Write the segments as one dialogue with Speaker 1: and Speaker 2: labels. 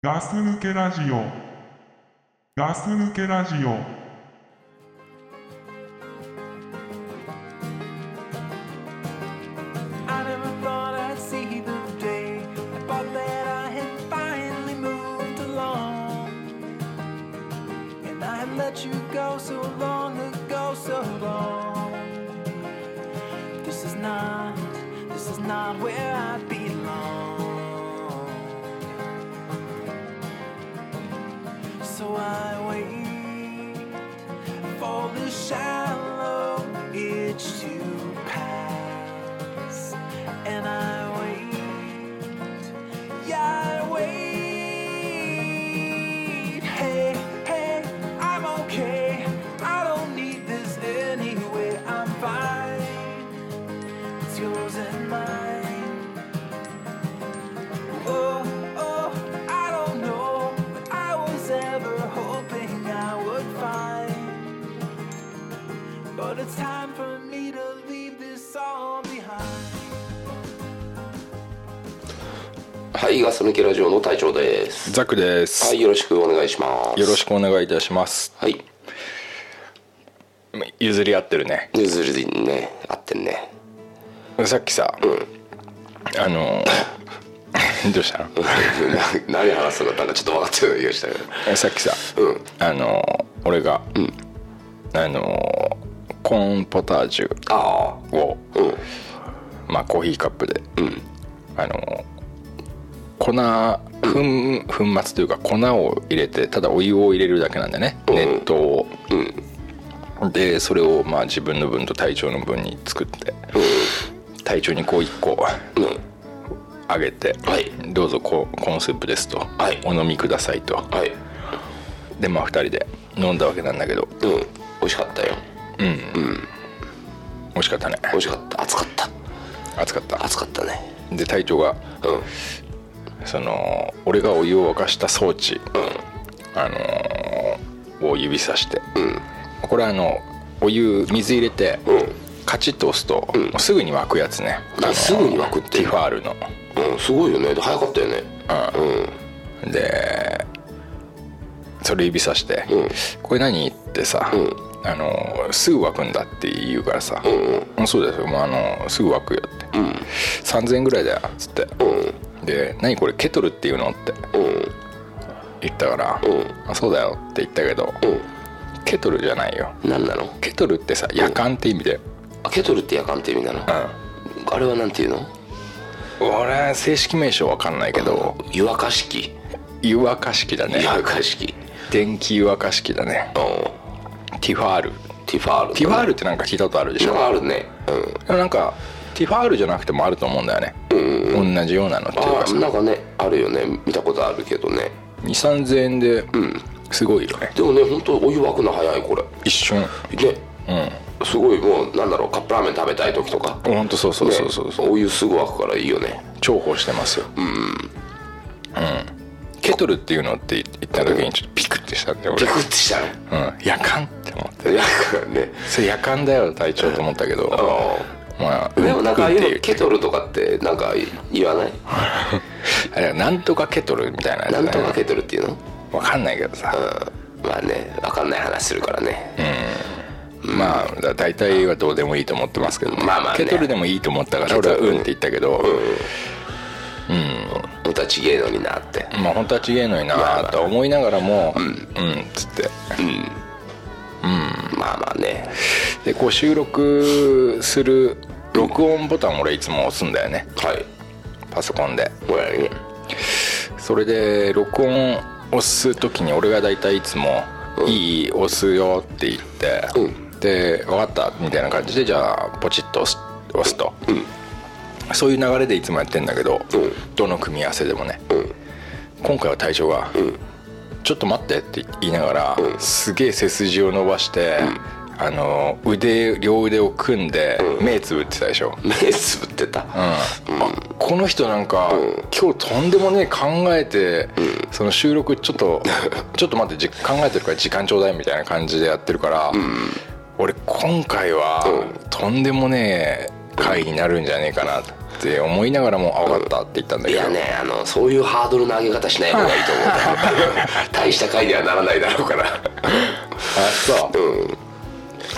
Speaker 1: ガス抜けラジオガス抜けラジオ
Speaker 2: I never thought I'd see the day. I thought that I had finally moved along. And I had let you go so long ago, so long. This is not, this is not where I belong. So I wait for the shallow itch to pass and I wait. Yeah, I wait. Hey, hey, I'm okay. I don't need this anyway. I'm fine. It's yours and mine. Oh, oh, I don't know what I was ever hoping I would find. But it's time for me to leave this all behind.
Speaker 3: はい、ガス抜けラジオの隊長です。
Speaker 4: ザクです、
Speaker 3: はい、よろしくお願いします。
Speaker 4: よろし。くお願いいたします
Speaker 3: はい。
Speaker 4: 譲り合ってるね
Speaker 3: ぬずりね、合ってんね。
Speaker 4: さっきさ、あの どうしたの
Speaker 3: な何話すのか、なんかちょっと分かってるようでしたけど。
Speaker 4: さっきさ、
Speaker 3: うん
Speaker 4: あの俺が、あのコーンポタージュ
Speaker 3: あ
Speaker 4: を、
Speaker 3: あ、うん、
Speaker 4: まあ、コーヒーカップで、
Speaker 3: うん、
Speaker 4: あの粉粉粉末というか粉を入れてただお湯を入れるだけなんだよね
Speaker 3: ん
Speaker 4: 熱湯を、
Speaker 3: うん、
Speaker 4: でそれをまあ自分の分と体調の分に作って体調にこう一個
Speaker 3: うん、
Speaker 4: あげて、
Speaker 3: はい
Speaker 4: どうぞこコーンスープですと、
Speaker 3: はい
Speaker 4: お飲みくださいと
Speaker 3: はい、
Speaker 4: でまあ2人で飲んだわけなんだけど
Speaker 3: うん、美味しかったよ。
Speaker 4: 美味しかったね
Speaker 3: 美味しかった、暑かった、
Speaker 4: 熱かった
Speaker 3: 暑かったね。
Speaker 4: で体調が
Speaker 3: うん、
Speaker 4: その俺がお湯を沸かした装置、あのーを指さして、これはあのお湯水入れて、カチッと押すと、もうすぐに沸くやつね、あのー
Speaker 3: すぐに沸くって
Speaker 4: ティファールの
Speaker 3: うん、うん、すごいよね、で早かったよね。
Speaker 4: でそれ指さして「これ何?」ってさ、あの「すぐ湧くんだ」って言うからさ「うんそうですよ、まあ、あのすぐ湧くよ」って「3,000円ぐらいだよ」っつって「で何これケトルっていうの?」って言ったから「あそうだよ」って言ったけど、ケトルじゃないよ
Speaker 3: 何なの。
Speaker 4: ケトルってさ夜間って意味で、
Speaker 3: あ、ケトルってやかんって意味なの。あれはなんていうの。
Speaker 4: 俺正式名称わかんないけど
Speaker 3: 湯沸かし器。
Speaker 4: 湯沸かし器だ
Speaker 3: 湯
Speaker 4: ね
Speaker 3: 沸かし器。
Speaker 4: 電気湯沸かし器だね
Speaker 3: うん、
Speaker 4: ティファール
Speaker 3: ティファール。
Speaker 4: ティファー
Speaker 3: ル。
Speaker 4: ルってなんか聞いたことあるで
Speaker 3: テ
Speaker 4: し
Speaker 3: ィ
Speaker 4: ょ
Speaker 3: ファールね。うん。
Speaker 4: でもなんかティファールじゃなくてもあると思うんだよね、同じようなのってい
Speaker 3: あ
Speaker 4: うか
Speaker 3: あなんかねあるよね見たことあるけどね
Speaker 4: 23000円ですごいよね、
Speaker 3: でもね本当お湯沸くの早いこれ
Speaker 4: 一瞬
Speaker 3: ね、すごいもうなんだろうカップラーメン食べたい時とか
Speaker 4: ほんとそうそうそうそう、
Speaker 3: ねお湯すぐ沸くからいいよね
Speaker 4: 重宝してますようん、ケトルっていうのって言った時にちょっとピクってしたんで俺
Speaker 3: ピクッてしたね
Speaker 4: うん夜間って思って
Speaker 3: いやね
Speaker 4: それ夜間だよ隊長と思ったけど、まあ
Speaker 3: でもなんかああ
Speaker 4: う
Speaker 3: い
Speaker 4: んって
Speaker 3: う
Speaker 4: い
Speaker 3: の
Speaker 4: う
Speaker 3: ケトルとかってなんか言わない
Speaker 4: あれなんとかケトルみたいなやつ
Speaker 3: な
Speaker 4: だ
Speaker 3: ん
Speaker 4: よ
Speaker 3: とかケトルっていうの
Speaker 4: わかんないけどさ、
Speaker 3: まあね分かんない話するからね
Speaker 4: まあだ大体はどうでもいいと思ってますけど、
Speaker 3: まあまあね
Speaker 4: ケトルでもいいと思ったから俺はうんって言ったけど、
Speaker 3: 本当はちげえのになって
Speaker 4: まあ本当は違えのになと思いながらもうん、っつって
Speaker 3: まあまあね
Speaker 4: でこう収録する録音ボタンを俺いつも押すんだよね
Speaker 3: はい
Speaker 4: パソコンで
Speaker 3: これね
Speaker 4: それで録音押す時に俺が大体いつも「いい押すよ」って言って、で「分かった」みたいな感じでじゃあポチッと押す押すと、そういう流れでいつもやってんだけど、どの組み合わせでもね、今回は隊長が、ちょっと待って」って言いながら、すげえ背筋を伸ばして、あの腕両腕を組んで、目つぶってたでしょ、
Speaker 3: 目つぶってた
Speaker 4: この人なんか、今日とんでもねえ考えて、その収録ちょっとちょっと待ってじ考えてるから時間ちょうだいみたいな感じでやってるから、俺今回は、とんでもねえ回になるんじゃねえかなとって思いながらも「あ分かった」って言ったんだ
Speaker 3: い
Speaker 4: けど
Speaker 3: やねあのそういうハードルの上げ方しない方がいいと 思う大した回にはならないだろうから
Speaker 4: あそう
Speaker 3: うん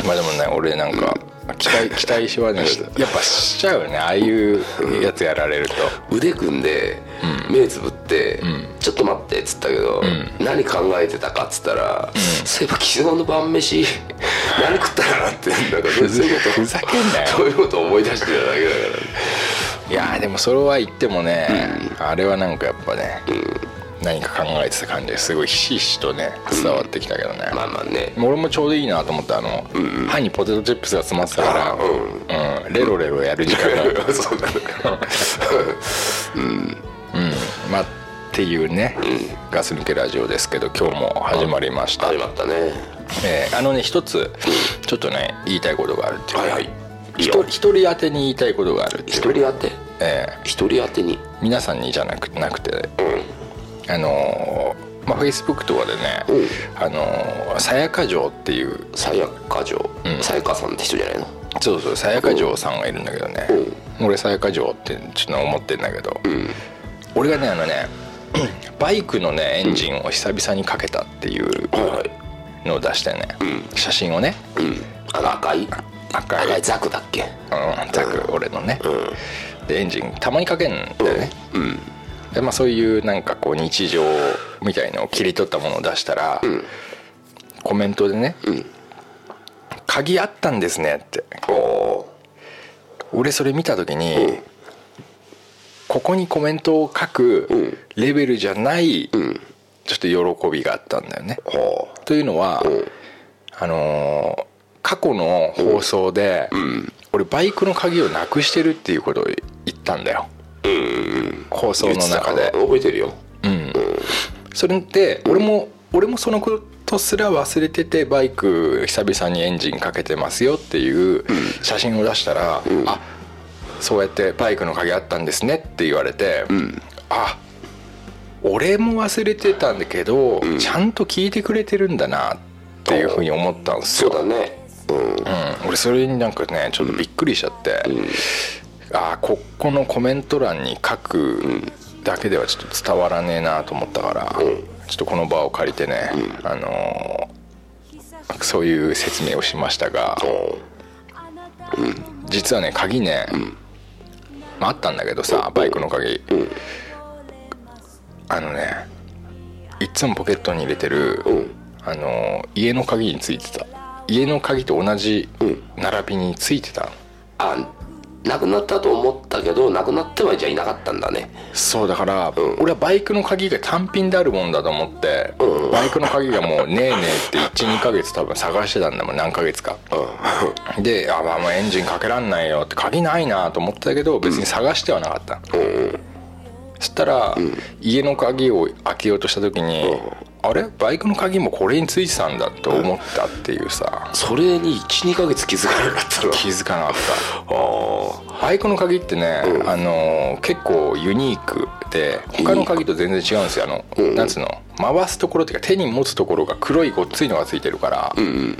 Speaker 4: まあでもね俺なんか期待期待しはねしやっぱしちゃうよねああいうやつやられると
Speaker 3: 腕組んで、目つぶって、ちょっと待って」っつったけど、何考えてたかっつったら、そういえば昨日の晩 飯何食ったかなってなんかそう
Speaker 4: ふざ
Speaker 3: いうこと
Speaker 4: ふざけんなよ
Speaker 3: そういうこと思い出してただけだから
Speaker 4: いやーでもそれは言ってもね、あれはなんかやっぱね、何か考えてた感じがすごいひしひしとね伝わってきたけどね、
Speaker 3: まあまあね
Speaker 4: 俺もちょうどいいなと思ったあの、歯にポテトチップスが詰まってたから、
Speaker 3: あ
Speaker 4: うんレロレロやる時間が、う ん
Speaker 3: そうなのか
Speaker 4: まあっていうね、ガス抜けラジオですけど今日も始まりました
Speaker 3: 始まったね
Speaker 4: えーあのね一つちょっとね言いたいことがあるっていうか
Speaker 3: はいはいいい
Speaker 4: 一
Speaker 3: よ
Speaker 4: 人一人当てに言いたいことがあるってい
Speaker 3: 一
Speaker 4: う
Speaker 3: 人当て
Speaker 4: え
Speaker 3: 一人当てに
Speaker 4: ー皆さんにじゃなくなくて
Speaker 3: うん
Speaker 4: あのーまあ、Facebook とかでね
Speaker 3: うん
Speaker 4: あのーさやか城っていう
Speaker 3: さやか城
Speaker 4: うん
Speaker 3: さやかさんって人じゃないの
Speaker 4: そうそうさやか城さんがいるんだけどね俺さやか城ってちょっと思ってんだけど
Speaker 3: うん
Speaker 4: 俺がねあのね バイクのねエンジンを久々にかけたっていう
Speaker 3: はいはい
Speaker 4: のを出してね
Speaker 3: ん
Speaker 4: 写真をね
Speaker 3: うんあの赤い
Speaker 4: 赤い
Speaker 3: 赤いザクだっけ
Speaker 4: うんザク俺のね
Speaker 3: うん
Speaker 4: でエンジンたまにかけんだよね
Speaker 3: うん
Speaker 4: で、まあ、そういうなんかこう日常みたいのを切り取ったものを出したら、コメントでね
Speaker 3: うん
Speaker 4: 「鍵あったんですね」って
Speaker 3: おおー
Speaker 4: 俺それ見た時に、
Speaker 3: うん
Speaker 4: ここにコメントを書く
Speaker 3: ん
Speaker 4: レベルじゃない、
Speaker 3: ん
Speaker 4: ちょっと喜びがあったんだよね。
Speaker 3: ほ
Speaker 4: というのは、
Speaker 3: ん
Speaker 4: あのー過去の放送で、
Speaker 3: ん
Speaker 4: 俺バイクの鍵をなくしてるっていうことを言ったんだよ、放送
Speaker 3: う
Speaker 4: の中で
Speaker 3: 覚えてるよ
Speaker 4: うん、それって俺も、俺もそのことすら忘れててバイク久々にエンジンかけてますよっていう写真を出したら、あそうやってバイクの鍵あったんですねって言われて、あ俺も忘れてたんだけど、ちゃんと聞いてくれてるんだなっていうふうに思ったんです
Speaker 3: そう
Speaker 4: よ
Speaker 3: だねうん
Speaker 4: うん、俺それになんかねちょっとびっくりしちゃって、ああここのコメント欄に書くだけではちょっと伝わらねえなと思ったから、ちょっとこの場を借りてね、あのーそういう説明をしましたが、実はね鍵ね、まあ、あったんだけどさバイクの鍵、あのねいつもポケットに入れてる、あの家の鍵についてた家の鍵と同じ並びについてたの、
Speaker 3: あなくなったと思ったけどなくなってはじゃあいなかったんだね
Speaker 4: そうだから、俺はバイクの鍵が単品であるもんだと思って、バイクの鍵がもうねえねえって12ヶ月多分探してたんだもん何ヶ月か、であまあもうエンジンかけらんないよって鍵ないなと思ってたけど別に探してはなかった、そしたら、家の鍵を開けようとした時に、あれバイクの鍵もこれについてたんだと思ったっていうさ、
Speaker 3: それに12ヶ月気づかなかったの
Speaker 4: 気づかなかった
Speaker 3: ああ
Speaker 4: バイクの鍵ってね、あのー結構ユニークで他の鍵と全然違うんですよあの、なんつうの回すところっていうか手に持つところが黒いごっついのがついてるから、わ分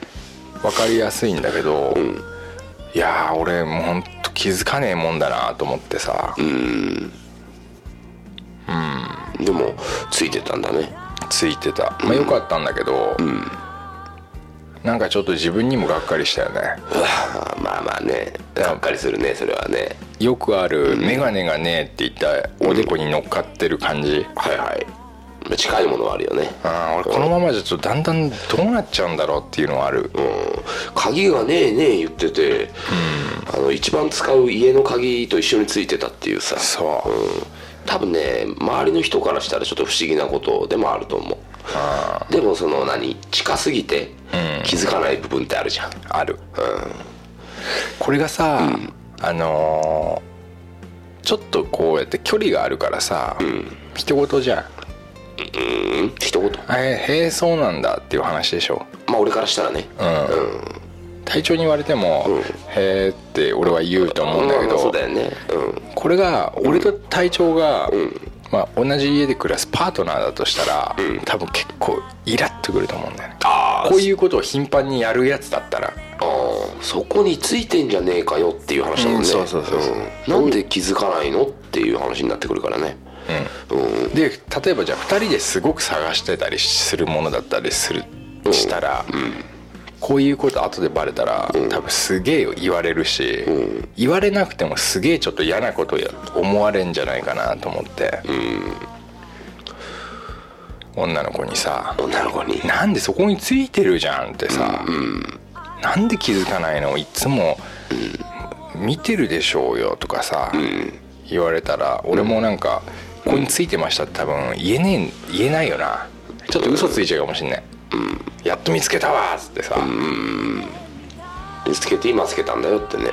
Speaker 4: かりやすいんだけど、いやー俺もうほんと気づかねえもんだなと思ってさ、
Speaker 3: でもついてたんだね
Speaker 4: ついてたまあよかったんだけど、なんかちょっと自分にもがっかりしたよね
Speaker 3: うわまあまあねがっかりするねそれはね
Speaker 4: よくある「眼鏡がねえ」って言ったおでこに乗っかってる感じ、
Speaker 3: はいはい近いものはあるよね
Speaker 4: あー俺このままじゃちょっとだんだんどうなっちゃうんだろうっていうのはある
Speaker 3: うん鍵がねえねえ言ってて、あの一番使う家の鍵と一緒についてたっていうさ、
Speaker 4: そう
Speaker 3: ん、多分ね周りの人からしたらちょっと不思議なことでもあると思うでもその何近すぎて気づかない部分ってあるじゃん、
Speaker 4: ある、これがさ、あのーちょっとこうやって距離があるからさ、一言じゃん
Speaker 3: うん一言
Speaker 4: 「えーへえそうなんだ」っていう話でしょ
Speaker 3: まあ俺からしたらね
Speaker 4: 隊長に言われても「へえ」って俺は言うと思うんだ
Speaker 3: ま
Speaker 4: け
Speaker 3: あまあそ
Speaker 4: ど
Speaker 3: うだよねうん
Speaker 4: これが俺と隊長が、まあ、同じ家で暮らすパートナーだとしたら、多分結構イラっとくると思うんだよね
Speaker 3: あ
Speaker 4: こういうことを頻繁にやるやつだったら
Speaker 3: あーそこについてんじゃねえかよっていう話だもんね、
Speaker 4: うんそうそうそうそうん
Speaker 3: なんで気づかないのっていう話になってくるからねうん
Speaker 4: で例えばじゃあ2人ですごく探してたりするものだったりする
Speaker 3: ん
Speaker 4: したら、こういうこと後でバレたら、多分すげえ言われるし、言われなくてもすげえちょっと嫌なことや思われんじゃないかなと思って、女の子にさ
Speaker 3: 女の子に
Speaker 4: 「なんでそこについてるじゃん」ってさ、なんで気づかないのいつも見てるでしょうよ」とかさ、言われたら俺もなんか「ここについてました」って多分言えねえ言えないよなちょっと嘘ついちゃうかもしんない「やっと見つけたわ」っつってさ
Speaker 3: 見つけて今つけたんだよってね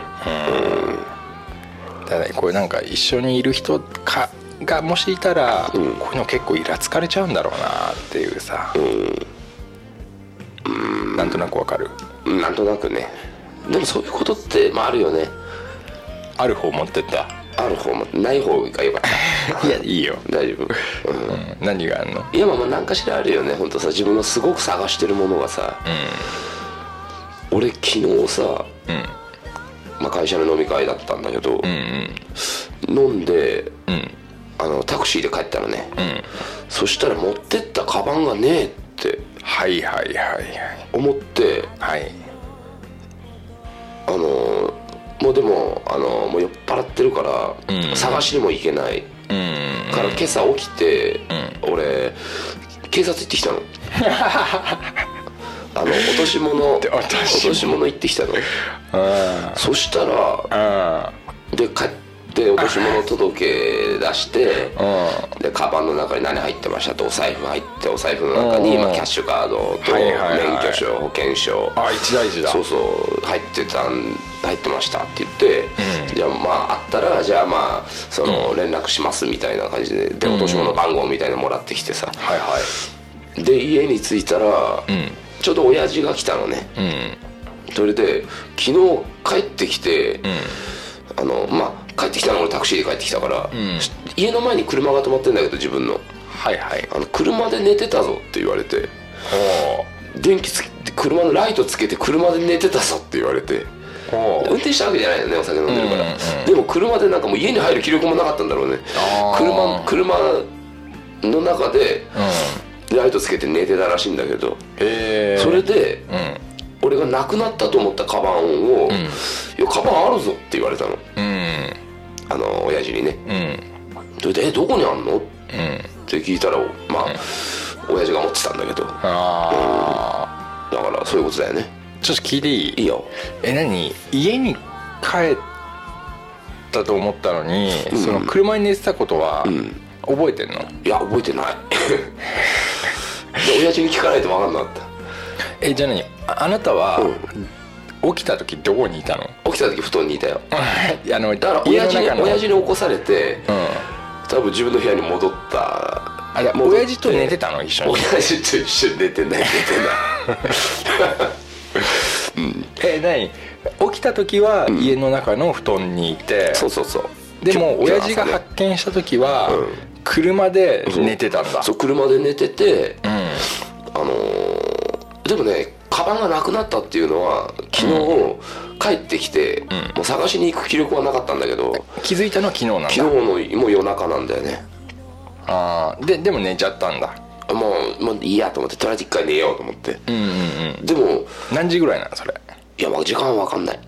Speaker 4: ただこれなんか一緒にいる人かがもしいたら、こういうの結構イラつかれちゃうんだろうなっていうさ、なんとなくわかる
Speaker 3: うんなんとなくねでもそういうことって、まあ、あるよね
Speaker 4: ある方持ってった
Speaker 3: ある方もない方がよかった
Speaker 4: いやいいよ、
Speaker 3: 大丈夫、うん
Speaker 4: うん、何があんの
Speaker 3: いやまあまあ何かしらあるよね本当さ自分のすごく探してるものがさ、俺昨日さ、まあ、会社の飲み会だったんだけど、飲んで、あのタクシーで帰ったのね、そしたら持ってったカバンがねえって
Speaker 4: はいはいはい
Speaker 3: 思って
Speaker 4: はいはい
Speaker 3: あのもうでもあのもう酔っ払ってるから、探しにも行けない、から今朝起きて、俺警察行ってき たのあの落とし物
Speaker 4: で落とし物
Speaker 3: 落とし物行ってきたのそしたら
Speaker 4: あ
Speaker 3: で帰って落とし物届け出してでカバンの中に何入ってましたとお財布入ってお財布の中に
Speaker 4: うん
Speaker 3: まあキャッシュカードと
Speaker 4: はい
Speaker 3: 免
Speaker 4: はいはい
Speaker 3: 許証保険証
Speaker 4: あ一大事だ
Speaker 3: そうそう入ってたん入ってましたって言って、じゃあまああったらじゃあまあその連絡しますみたいな感じで、で落とし物番号みたいなのもらってきてさ、
Speaker 4: はいはい
Speaker 3: で家に着いたら、ちょうど親父が来たのね、それで昨日帰ってきて、あのまあ帰ってきたの俺タクシーで帰ってきたから、し家の前に車が止まってんだけど自分の
Speaker 4: はいはい
Speaker 3: あの車で寝てたぞって言われて
Speaker 4: お
Speaker 3: 電気つけて車のライトつけて車で寝てたぞって言われて
Speaker 4: お
Speaker 3: 運転したわけじゃないよねお酒飲んでるから、
Speaker 4: うんうん
Speaker 3: でも車でなんかもう家に入る気力もなかったんだろうね
Speaker 4: あ
Speaker 3: 車
Speaker 4: ー
Speaker 3: 車の中で
Speaker 4: うん
Speaker 3: ライトつけて寝てたらしいんだけど、
Speaker 4: えー、
Speaker 3: それで
Speaker 4: うん
Speaker 3: 俺がなくなったと思ったカバンを「いやカバンあるぞ」って言われたの
Speaker 4: うん
Speaker 3: あの親父にね
Speaker 4: うん
Speaker 3: それで「えどこにあんの?」っ
Speaker 4: うん
Speaker 3: て聞いたらまあ、親父が持ってたんだけどだ
Speaker 4: あ
Speaker 3: からそういうことだよね
Speaker 4: あちょっと聞いていい
Speaker 3: いいよ
Speaker 4: え何家に帰ったと思ったのに、その車に寝てたことは覚えてんの、
Speaker 3: いや覚えてない で親父に聞かないと分かんなかった
Speaker 4: えじゃあ何ああなたは、起きた時どこにいたの
Speaker 3: 起 きた時布団にいたよ
Speaker 4: あの
Speaker 3: だから
Speaker 4: 家
Speaker 3: 親
Speaker 4: の
Speaker 3: 父に
Speaker 4: 中の
Speaker 3: 親父に起こされて
Speaker 4: うん
Speaker 3: 多分自分の部屋に戻った
Speaker 4: あれ
Speaker 3: 戻って
Speaker 4: 親父と寝てたの一緒に
Speaker 3: 親父と一緒に寝てない寝て
Speaker 4: え何起きた時は家の中の布団にいて、
Speaker 3: ないそうそうそう
Speaker 4: でも
Speaker 3: 今日
Speaker 4: 親
Speaker 3: 今日
Speaker 4: 父が
Speaker 3: 朝ね
Speaker 4: 発見した時は、車で寝てたんだ
Speaker 3: そう車で寝てて、
Speaker 4: うん
Speaker 3: あのーでもねカバンがなくなったっていうのは昨日、帰ってきて、もう探しに行く気力はなかったんだけど
Speaker 4: 気づいたのは昨日なんだ
Speaker 3: 昨日のもう夜中なんだよね
Speaker 4: あーででも寝ちゃったんだ
Speaker 3: もうもういいやと思ってとりあえず一回寝ようと思って、
Speaker 4: うんうんうん
Speaker 3: でも
Speaker 4: 何時ぐらいなのそれ
Speaker 3: いやまあ時間は分かんない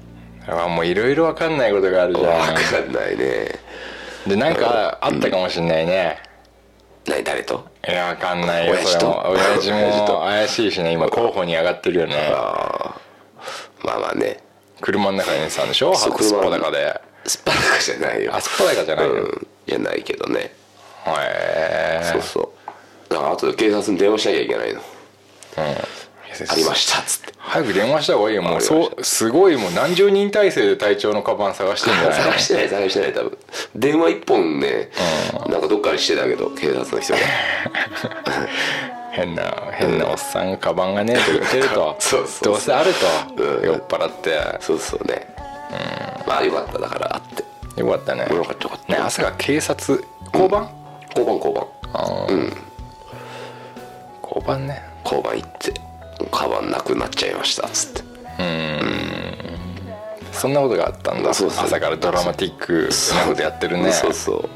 Speaker 4: あもういろいろ分かんないことがあるじ
Speaker 3: 分
Speaker 4: ゃ
Speaker 3: かんないね
Speaker 4: んでなんかあったかもしんないね、
Speaker 3: 何誰と
Speaker 4: いや分かんないよ
Speaker 3: 親
Speaker 4: そ
Speaker 3: 父
Speaker 4: れ
Speaker 3: と
Speaker 4: も親父
Speaker 3: 親父
Speaker 4: も
Speaker 3: と
Speaker 4: 怪しいしね今候補に上がってるよね
Speaker 3: まあまあね
Speaker 4: 車の中に寝てたんでしょ
Speaker 3: そう
Speaker 4: 初ス
Speaker 3: 車
Speaker 4: ポ
Speaker 3: の
Speaker 4: だかで
Speaker 3: スパラカじゃないよ
Speaker 4: あスポだかじゃないよ、
Speaker 3: うんじゃないけどね
Speaker 4: へえ
Speaker 3: そうそうだからあとで警察に電話しなきゃいけないのありましたっつって
Speaker 4: 早く電話した方がいいよもうそうすごいもう何十人体制で隊長のカバン探してんじゃないの
Speaker 3: 探してない探してない多分電話一本ね、なんかどっかにしてたけど警察の人が
Speaker 4: 変な変なおっさんがカバンがねえと言ってると
Speaker 3: そうそうそう
Speaker 4: どうせあると、
Speaker 3: うん
Speaker 4: 酔っ払って
Speaker 3: そうそうね、まあよかっただからあって
Speaker 4: よかったね
Speaker 3: よかったよかった
Speaker 4: ね朝が警察交番、
Speaker 3: 交番交番
Speaker 4: あー交番ね
Speaker 3: 交番行ってカバンなくなっちゃいましたっつって
Speaker 4: そんなことがあったんだ
Speaker 3: そうそう
Speaker 4: 朝からドラマティックなことやってるね
Speaker 3: そうそう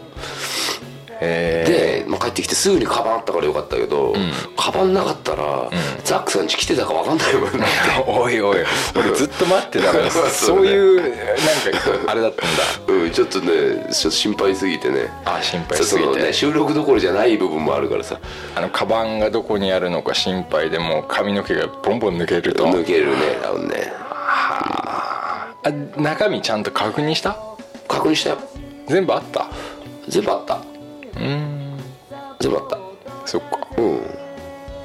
Speaker 4: へ
Speaker 3: で、まあ、帰ってきてすぐにカバンあったからよかったけど、カバンなかったら、ザックさん家来てたか分かんないもんね
Speaker 4: え おいおい俺ずっと待ってたか ら
Speaker 3: そうね
Speaker 4: そういうなんかあれだったんだ
Speaker 3: うんちょっとねちょっと心配すぎてね
Speaker 4: あ心配すぎて
Speaker 3: そうそのね、収録どころじゃない部分もあるからさ
Speaker 4: あのカバンがどこにあるのか心配でもう髪の毛がボンボン抜けると
Speaker 3: 抜けるねあのね
Speaker 4: あ中身ちゃんと確認した
Speaker 3: 確認したよ
Speaker 4: 全部あった
Speaker 3: 全部あった
Speaker 4: うん
Speaker 3: 全部あった
Speaker 4: そっか
Speaker 3: うん
Speaker 4: よ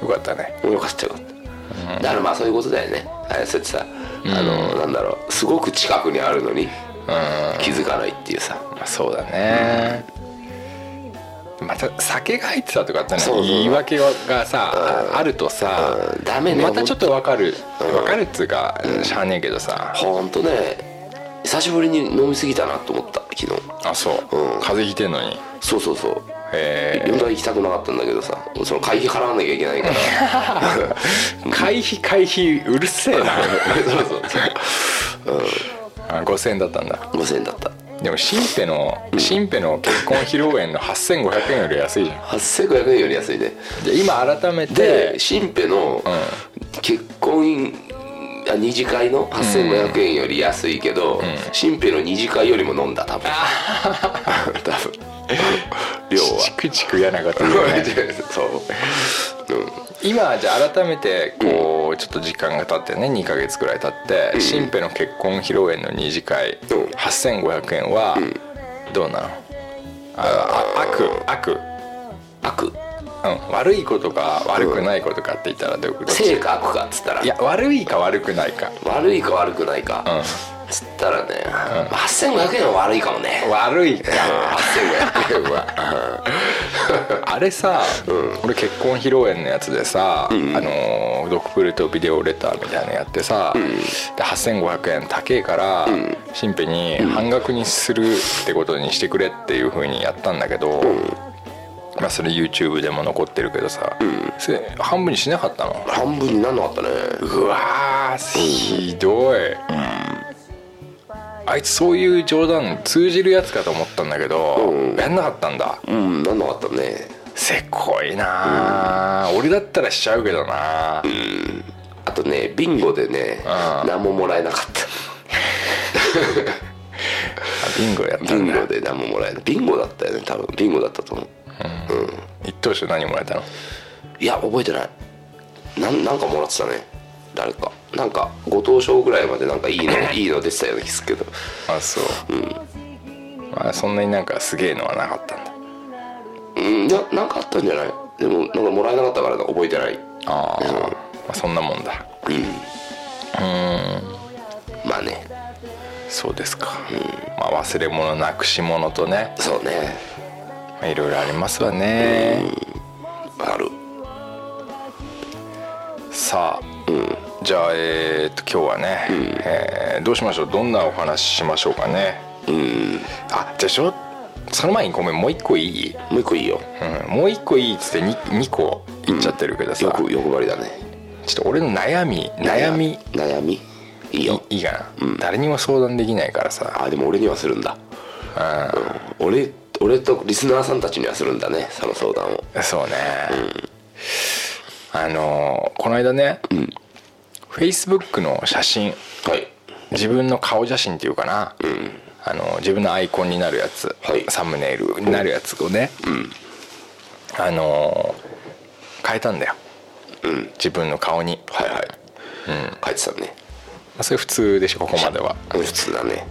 Speaker 4: かったね
Speaker 3: よかったよかった、だからまあそういうことだよねあれそうやってさ、あのなんだろうすごく近くにあるのに気づかないっていうさ
Speaker 4: まあそうだね、また酒が入ってたとかあったね
Speaker 3: そうそう
Speaker 4: 言い訳がさ、あるとさ、
Speaker 3: うんダメね
Speaker 4: またちょっとわかる
Speaker 3: うん
Speaker 4: わかるっつうか、しゃあねえけどさ、
Speaker 3: ほんとね久しぶりに飲みすぎたなと思った昨日
Speaker 4: あそう、風邪ひいてんのに
Speaker 3: そうそうそう
Speaker 4: え
Speaker 3: 本当は行きたくなかったんだけどさその会費払わなきゃいけ ないから
Speaker 4: ー、会費会費うるせえな
Speaker 3: そうそう
Speaker 4: あ5000円だったんだ
Speaker 3: そう5000円だった
Speaker 4: でも新兵の新兵の結婚披露宴の8500円より安いじゃん
Speaker 3: 8500円より安いね
Speaker 4: で今改め
Speaker 3: で
Speaker 4: て
Speaker 3: 新兵の結婚あ二次会の8500円より安いけど、新兵の二次会よりも飲んだ多分 多分量
Speaker 4: チ
Speaker 3: は
Speaker 4: クチク嫌なこと言うね
Speaker 3: そう、うん、
Speaker 4: 今じゃあ改めてこうちょっと時間が経ってね2ヶ月くらい経って新兵の結婚披露宴の二次会
Speaker 3: うん
Speaker 4: 8500円はどうなのああ悪悪
Speaker 3: 悪
Speaker 4: うん悪いことか悪くないことかって言ったらどういうこと
Speaker 3: 成果悪かっつったら
Speaker 4: いや悪いか悪くないか
Speaker 3: 悪いか悪くないか、
Speaker 4: うん
Speaker 3: つったらね、8500円は悪いかも ね
Speaker 4: 悪いか
Speaker 3: 8500円は
Speaker 4: あれさ、俺結婚披露宴のやつでさ、あのードクプルとビデオレターみたいなのやってさ、で8500円高えから、新婦に半額にするってことにしてくれっていうふうにやったんだけど、まあそれ YouTube でも残ってるけどさ、それ半分にしなかったの
Speaker 3: 半分になんなかったね
Speaker 4: うわーひどい、あいつそういう冗談通じるやつかと思ったんだけど、やんなかったんだ
Speaker 3: うんなんなかったね
Speaker 4: せこいなあ、俺だったらしちゃうけどなあ、
Speaker 3: あとねビンゴでね
Speaker 4: ああ
Speaker 3: 何ももらえなかった
Speaker 4: ビンゴやった
Speaker 3: ビ
Speaker 4: ん
Speaker 3: ン
Speaker 4: だ
Speaker 3: ゴで何ももらえないビンゴだったよね多分ビンゴだったと思う
Speaker 4: 一等賞何もらえたの
Speaker 3: いや覚えてないなんなんかもらってたね誰かなんかご当賞ぐらいまでなんかいい のいいの出てたような気するけど
Speaker 4: あそう、まあ、そんなになんかすげえのはなかったんだ
Speaker 3: うんいやなんかあったんじゃないでもなんかもらえなかったから覚えてない
Speaker 4: ああ、まあ、そんなもんだ
Speaker 3: まあね
Speaker 4: そうですか、まあ、忘れ物なくし物とね
Speaker 3: そうね
Speaker 4: まあいろいろありますわね、
Speaker 3: ある
Speaker 4: さあ、じゃあえーっと今日はね、えーどうしましょうどんなお話ししましょうかね
Speaker 3: うん
Speaker 4: あじゃあしょその前にごめんもう一個いい
Speaker 3: もう一個いいよ
Speaker 4: うんもう一個いいっつって 2, 二個言っちゃってるけどさ、
Speaker 3: よく欲張りだね
Speaker 4: ちょっと俺の悩み悩み
Speaker 3: 悩みいいよ
Speaker 4: いいかな、誰にも相談できないからさ
Speaker 3: あでも俺にはするんだうん俺俺とリスナーさんたちにはするんだねその相談を
Speaker 4: そうね、あのーこの間ね、フェイスブックの写真
Speaker 3: はい
Speaker 4: 自分の顔写真っていうかな、あの自分のアイコンになるやつ、
Speaker 3: はい
Speaker 4: サムネイルになるやつをね、あのー変えたんだよ、自分の顔に
Speaker 3: はいはい、書いてたね
Speaker 4: それ普通でしょここまでは
Speaker 3: うん普通だね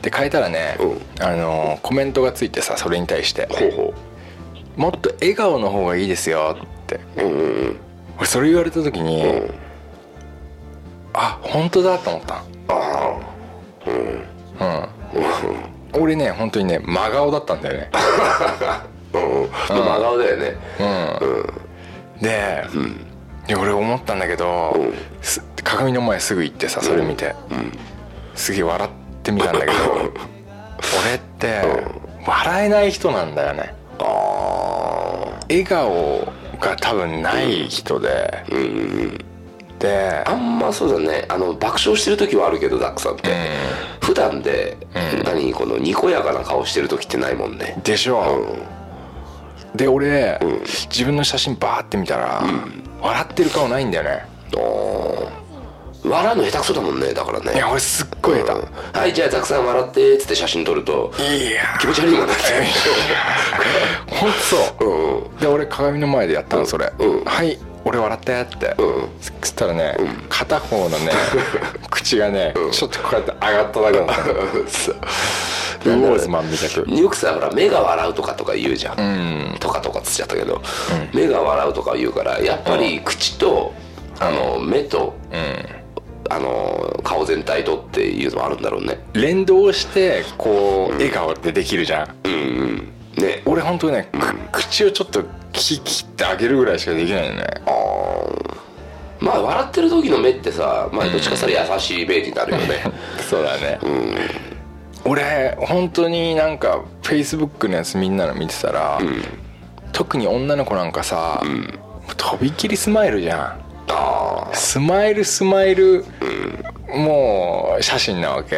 Speaker 4: で変えたらね、
Speaker 3: う
Speaker 4: あのーコメントがついてさそれに対して
Speaker 3: ほうほ
Speaker 4: 「もっと笑顔の方がいいですよ」って
Speaker 3: ううんうんうん
Speaker 4: 俺それ言われた時に、
Speaker 3: うん
Speaker 4: あ本当だと思った
Speaker 3: あ
Speaker 4: の俺ね本当にね真顔だったんだよね
Speaker 3: あうんうん真顔だよね
Speaker 4: で、で俺思ったんだけど、す鏡の前すぐ行ってさそれ見て、すげえ笑ってみたんだけど 俺って笑えない人なんだよね笑顔が多分ない人で、て
Speaker 3: あんまそうだねあの爆笑してる時はあるけどダックさんって、普段で、何このにこやかな顔してる時ってないもんね
Speaker 4: でしょ、で俺、自分の写真バーって見たら、笑ってる顔ないんだよね
Speaker 3: おー笑うの下手くそだもんねだからね
Speaker 4: いや俺すっごい下
Speaker 3: うんはいじゃあザクさん笑ってっつって写真撮ると
Speaker 4: 手、いや
Speaker 3: 気持ち悪いもんね
Speaker 4: ほんとそう、で俺鏡の前でやったのそれ、
Speaker 3: うん
Speaker 4: はい俺笑ってって、
Speaker 3: うん
Speaker 4: そしたらね、片 方のね口がね、ちょっとこうやって上がっただけなの ウォーズマンみたく
Speaker 3: よくさほら目が笑うとかとか言うじゃん、とかとかっつっちゃったけど、目が笑うとか言うからやっぱり口と、あの目と、あの顔全体とっていうのもあるんだろうね
Speaker 4: 連動してこう、笑顔ってできるじゃん
Speaker 3: ね
Speaker 4: 俺本当にね、く口をちょっと切切ってあげるぐらいしかできないよね
Speaker 3: まあ笑ってる時の目ってさ、まあ、どっちかされ優しい目になるよね、
Speaker 4: そうだね、俺本当になんかフェイスブックのやつみんなの見てたら、特に女の子なんかさ、とびきりスマイルじゃん
Speaker 3: あ
Speaker 4: スマイルスマイル、もう写真なわけ、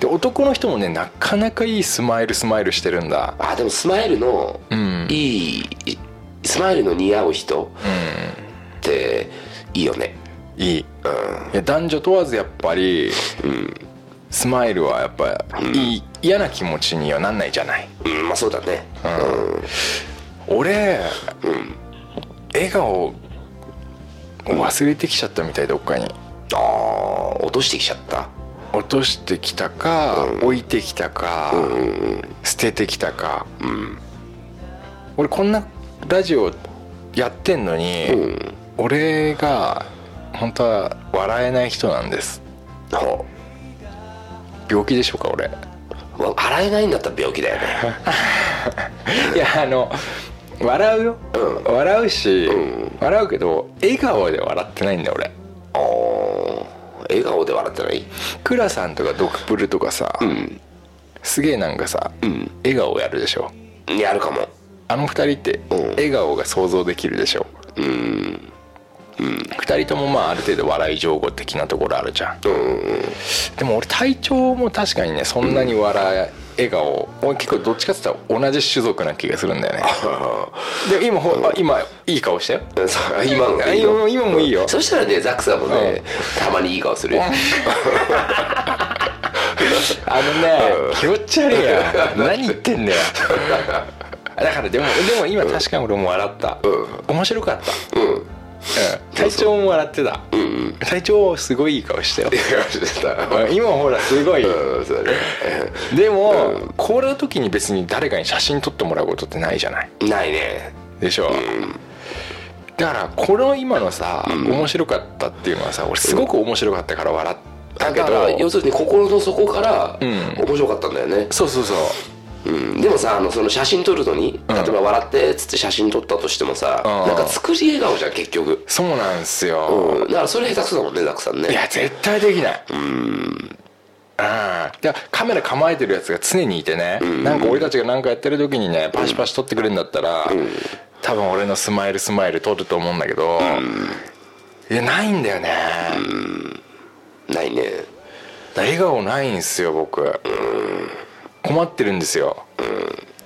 Speaker 4: で男の人もねなかなかいいスマイルスマイルしてるんだ
Speaker 3: ああでもスマイルの
Speaker 4: ん
Speaker 3: いい、スマイルの似合う人っていいよね
Speaker 4: いい,、いや男女問わずやっぱり、スマイルはやっぱいい嫌な気持ちにはなんないじゃない
Speaker 3: うんまあそうだね
Speaker 4: 俺、笑顔を忘れてきちゃったみたいどっかに
Speaker 3: ああ落としてきちゃった
Speaker 4: 落としてきたか、置いてきたか、捨ててきたか、俺こんなラジオやってんのに、俺が本当は笑えない人なんです
Speaker 3: ほ
Speaker 4: 病気でしょうか俺
Speaker 3: うわ洗えないんだったら病気だよ ね
Speaker 4: いやあの笑うよ、笑うし、笑うけど笑顔で笑ってないんだ俺
Speaker 3: ああ笑顔で笑ってない
Speaker 4: クラさんとかドクプルとかさ、すげえなんかさ、笑顔やるでしょ
Speaker 3: うんやるかも
Speaker 4: あの二人って
Speaker 3: うん
Speaker 4: 笑顔が想像できるでしょ
Speaker 3: うん
Speaker 4: 二人ともまあある程度笑い情報的なところあるじゃんでも俺体調も確かにねそんなに笑い、笑顔俺結構どっちかって言ったら同じ種族な気がするんだよねで今ほあ今いい顔したよ
Speaker 3: そう今のがいいよ
Speaker 4: あ今もいいよ
Speaker 3: そしたらねザックさんもねたまにいい顔するよ
Speaker 4: あのね気持ち悪いや 何言ってんだよだからでもでも今確かに俺も笑った、面白かった、うん体調も笑ってた、体調すごいいい顔したようん今ほらすごい、
Speaker 3: うんそうだね
Speaker 4: でも、これの時に別に誰かに写真撮ってもらうことってないじゃない
Speaker 3: ないね
Speaker 4: でしょ、だからこの今のさ、面白かったっていうのはさ俺すごく面白かったから笑った
Speaker 3: だ
Speaker 4: け
Speaker 3: か
Speaker 4: ど、
Speaker 3: ら要するに心の底から
Speaker 4: ん
Speaker 3: 面白かったんだよね、
Speaker 4: そうそうそう
Speaker 3: うん、でもさあのその写真撮るのに例えば笑ってっつって写真撮ったとしてもさ、
Speaker 4: うん
Speaker 3: なんか作り笑顔じゃん結局、
Speaker 4: そうなんすよ、
Speaker 3: うん、だからそれ下手くそだもんねザックさんね
Speaker 4: いや絶対できないうんああカメラ構えてるやつが常にいてね、なんか俺たちが何かやってる時にねパシパシ撮ってくれるんだったら、多分俺のスマイルスマイル撮ると思うんだけど、いやないんだよね、
Speaker 3: ないね
Speaker 4: 笑顔ないんすよ僕、困ってるんですよ、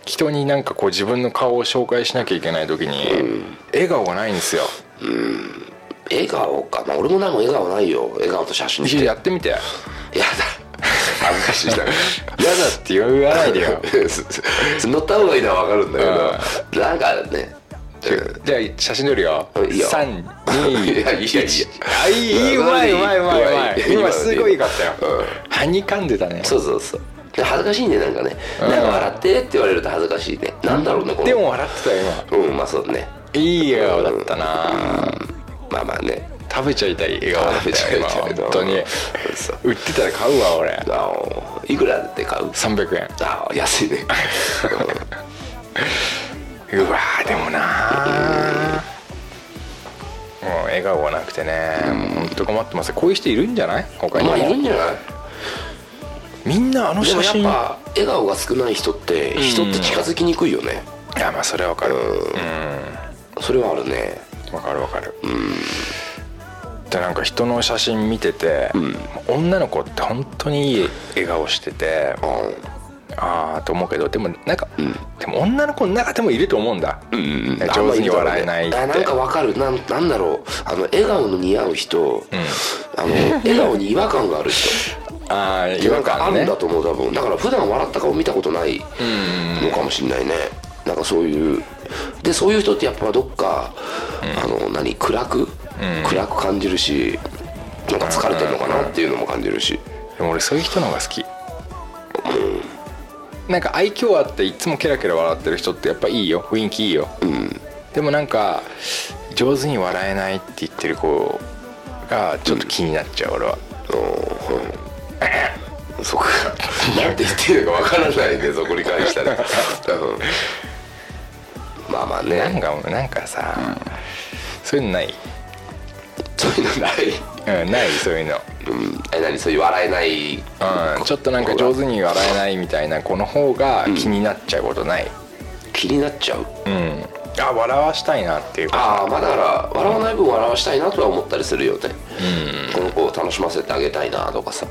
Speaker 4: 人になんかこう自分の顔を紹介しなきゃいけない時に、笑顔がないんですよ
Speaker 3: 笑顔かな俺もなんも笑顔ないよ笑顔と写真って
Speaker 4: やってみてや
Speaker 3: やだ恥ずかしい な
Speaker 4: だって言わない でよ
Speaker 3: 乗った方がいいのは分かるんだけどなんかね
Speaker 4: じゃあ写真撮るよ。
Speaker 3: いいよ
Speaker 4: 三
Speaker 3: いや
Speaker 4: 二
Speaker 3: いやいや
Speaker 4: 一。あいいいいうまいうまいうまいうまい。
Speaker 3: うまい
Speaker 4: 今すごい良かったよ。はにかんでたね。
Speaker 3: そうそうそうで恥ずかしいねなんかね「なんか笑って」って言われると恥ずかしいねなんだろうねこの
Speaker 4: でも笑ってたよ
Speaker 3: うんまあそうね
Speaker 4: 今。いい笑顔だったな。
Speaker 3: まあまあね
Speaker 4: 食べちゃいたい笑顔だ
Speaker 3: 食べちゃいたい
Speaker 4: ったよ今本当に。
Speaker 3: そう
Speaker 4: 売ってたら買うわ俺。
Speaker 3: あのいくらで買う
Speaker 4: 三百円。
Speaker 3: ああ安 いね
Speaker 4: うわーでもなー。もう笑顔がなくてね。本当困ってます。こういう人いるんじゃない？他
Speaker 3: うん
Speaker 4: に
Speaker 3: まあいる
Speaker 4: も。
Speaker 3: んじゃない
Speaker 4: みんなあの
Speaker 3: で
Speaker 4: 写
Speaker 3: もやっ
Speaker 4: 真。い
Speaker 3: ぱ笑顔が少ない人って人って近づきにくいよね
Speaker 4: やまあそれはわかる。
Speaker 3: それはあるね
Speaker 4: わかるわかる、でなんか人の写真見てて、女の子って本当にいい笑顔しててああと思うけどでもなんか、でも女の子の中でもいると思うんだ、
Speaker 3: うんうんうん
Speaker 4: 上手に笑えないって
Speaker 3: あなんかわかるなんなんだろうあの笑顔の似合う人、あ の笑顔に違和感がある人
Speaker 4: ああ
Speaker 3: って
Speaker 4: 違
Speaker 3: な
Speaker 4: 和
Speaker 3: んかあ
Speaker 4: 感
Speaker 3: る
Speaker 4: ね
Speaker 3: んだと思う多分だから普段笑った顔見たことないのかもしれないねなんかそういうでそういう人ってやっぱどっか、あの何暗く、暗く感じるしなんか疲れてるのかなっていうのも感じるし、
Speaker 4: でも俺そういう人の方が好きなんか愛嬌あっていつもケラケラ笑ってる人ってやっぱいいよ雰囲気いいよ、でもなんか上手に笑えないって言ってる子がちょっと気になっちゃう、俺は
Speaker 3: うん、そこがなんて言ってるのかわからないねそこに関したら多分まあまあ
Speaker 4: なん
Speaker 3: ね
Speaker 4: かなんかさ、そういうのない、
Speaker 3: そういうのない、
Speaker 4: うん、ないそういうの、
Speaker 3: うん、え何そういう笑えない、
Speaker 4: うん、ちょっとなんか上手に笑えないみたいな子の方が気になっちゃうことない、
Speaker 3: 気になっちゃう
Speaker 4: うんあ笑わしたいなっていうか
Speaker 3: ああまあだから笑わない分笑わしたいなとは思ったりするよね、この子を楽しませてあげたいなとかさ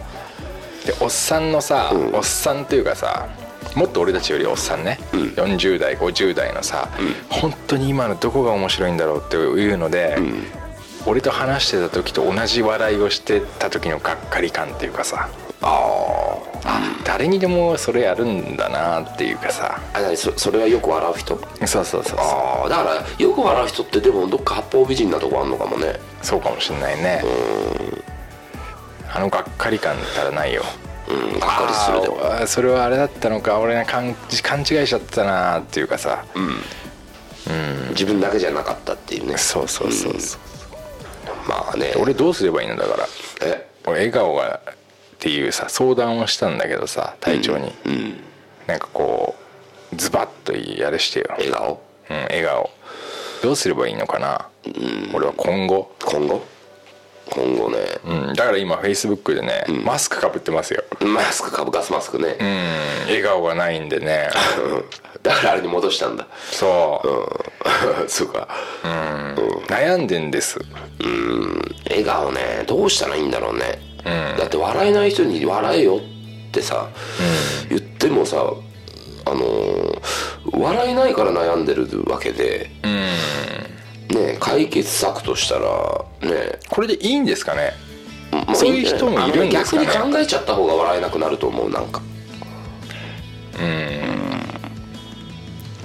Speaker 4: でおっさんのさ、
Speaker 3: ん
Speaker 4: おっさんっていうかさもっと俺たちよりおっさんね、40代50代のさ、本当に今のどこが面白いんだろうっていうので、俺と話してた時と同じ笑いをしてた時のがっかり感っていうかさあ誰にでもそれやるんだなっていうかさ
Speaker 3: あ何そそれはよく笑う人
Speaker 4: そうそうそうそう
Speaker 3: ああだからよく笑う人ってでもどっか八方美人なとこあんのかもね
Speaker 4: そうかもしんないねあのがっかり感たらないよ
Speaker 3: うんがっかりするでも
Speaker 4: あーそれはあれだったのか俺が勘勘違いしちゃったなっていうかさ、
Speaker 3: 自分だけじゃなかったっていうね
Speaker 4: そうそうそうそう
Speaker 3: まあね
Speaker 4: 俺どうすればいいのだから
Speaker 3: え
Speaker 4: 俺笑顔がっていうさ相談をしたんだけどさ隊長に、
Speaker 3: うん
Speaker 4: なんかこうズバッとやれしてよ、
Speaker 3: 笑顔
Speaker 4: うん、笑顔どうすればいいのかな、俺は今後、
Speaker 3: 今後今後ね、
Speaker 4: うん、だから今フェイスブックでね、マスクかぶってますよ、
Speaker 3: マスクかぶガスマスクね、
Speaker 4: うん、笑顔がないんでね
Speaker 3: うんだからあれに戻したんだ
Speaker 4: そう、
Speaker 3: うん そうか
Speaker 4: 悩んでんです
Speaker 3: うん笑顔ねどうしたらいいんだろうね、だって笑えない人に「笑えよ」ってさ、言ってもさあのー笑えないから悩んでるわけで、ね解決策としたらね
Speaker 4: これでいいんですかね
Speaker 3: まあ
Speaker 4: そういう人もいるんですかね
Speaker 3: あの逆に考えちゃった方が笑えなくなると思うなんか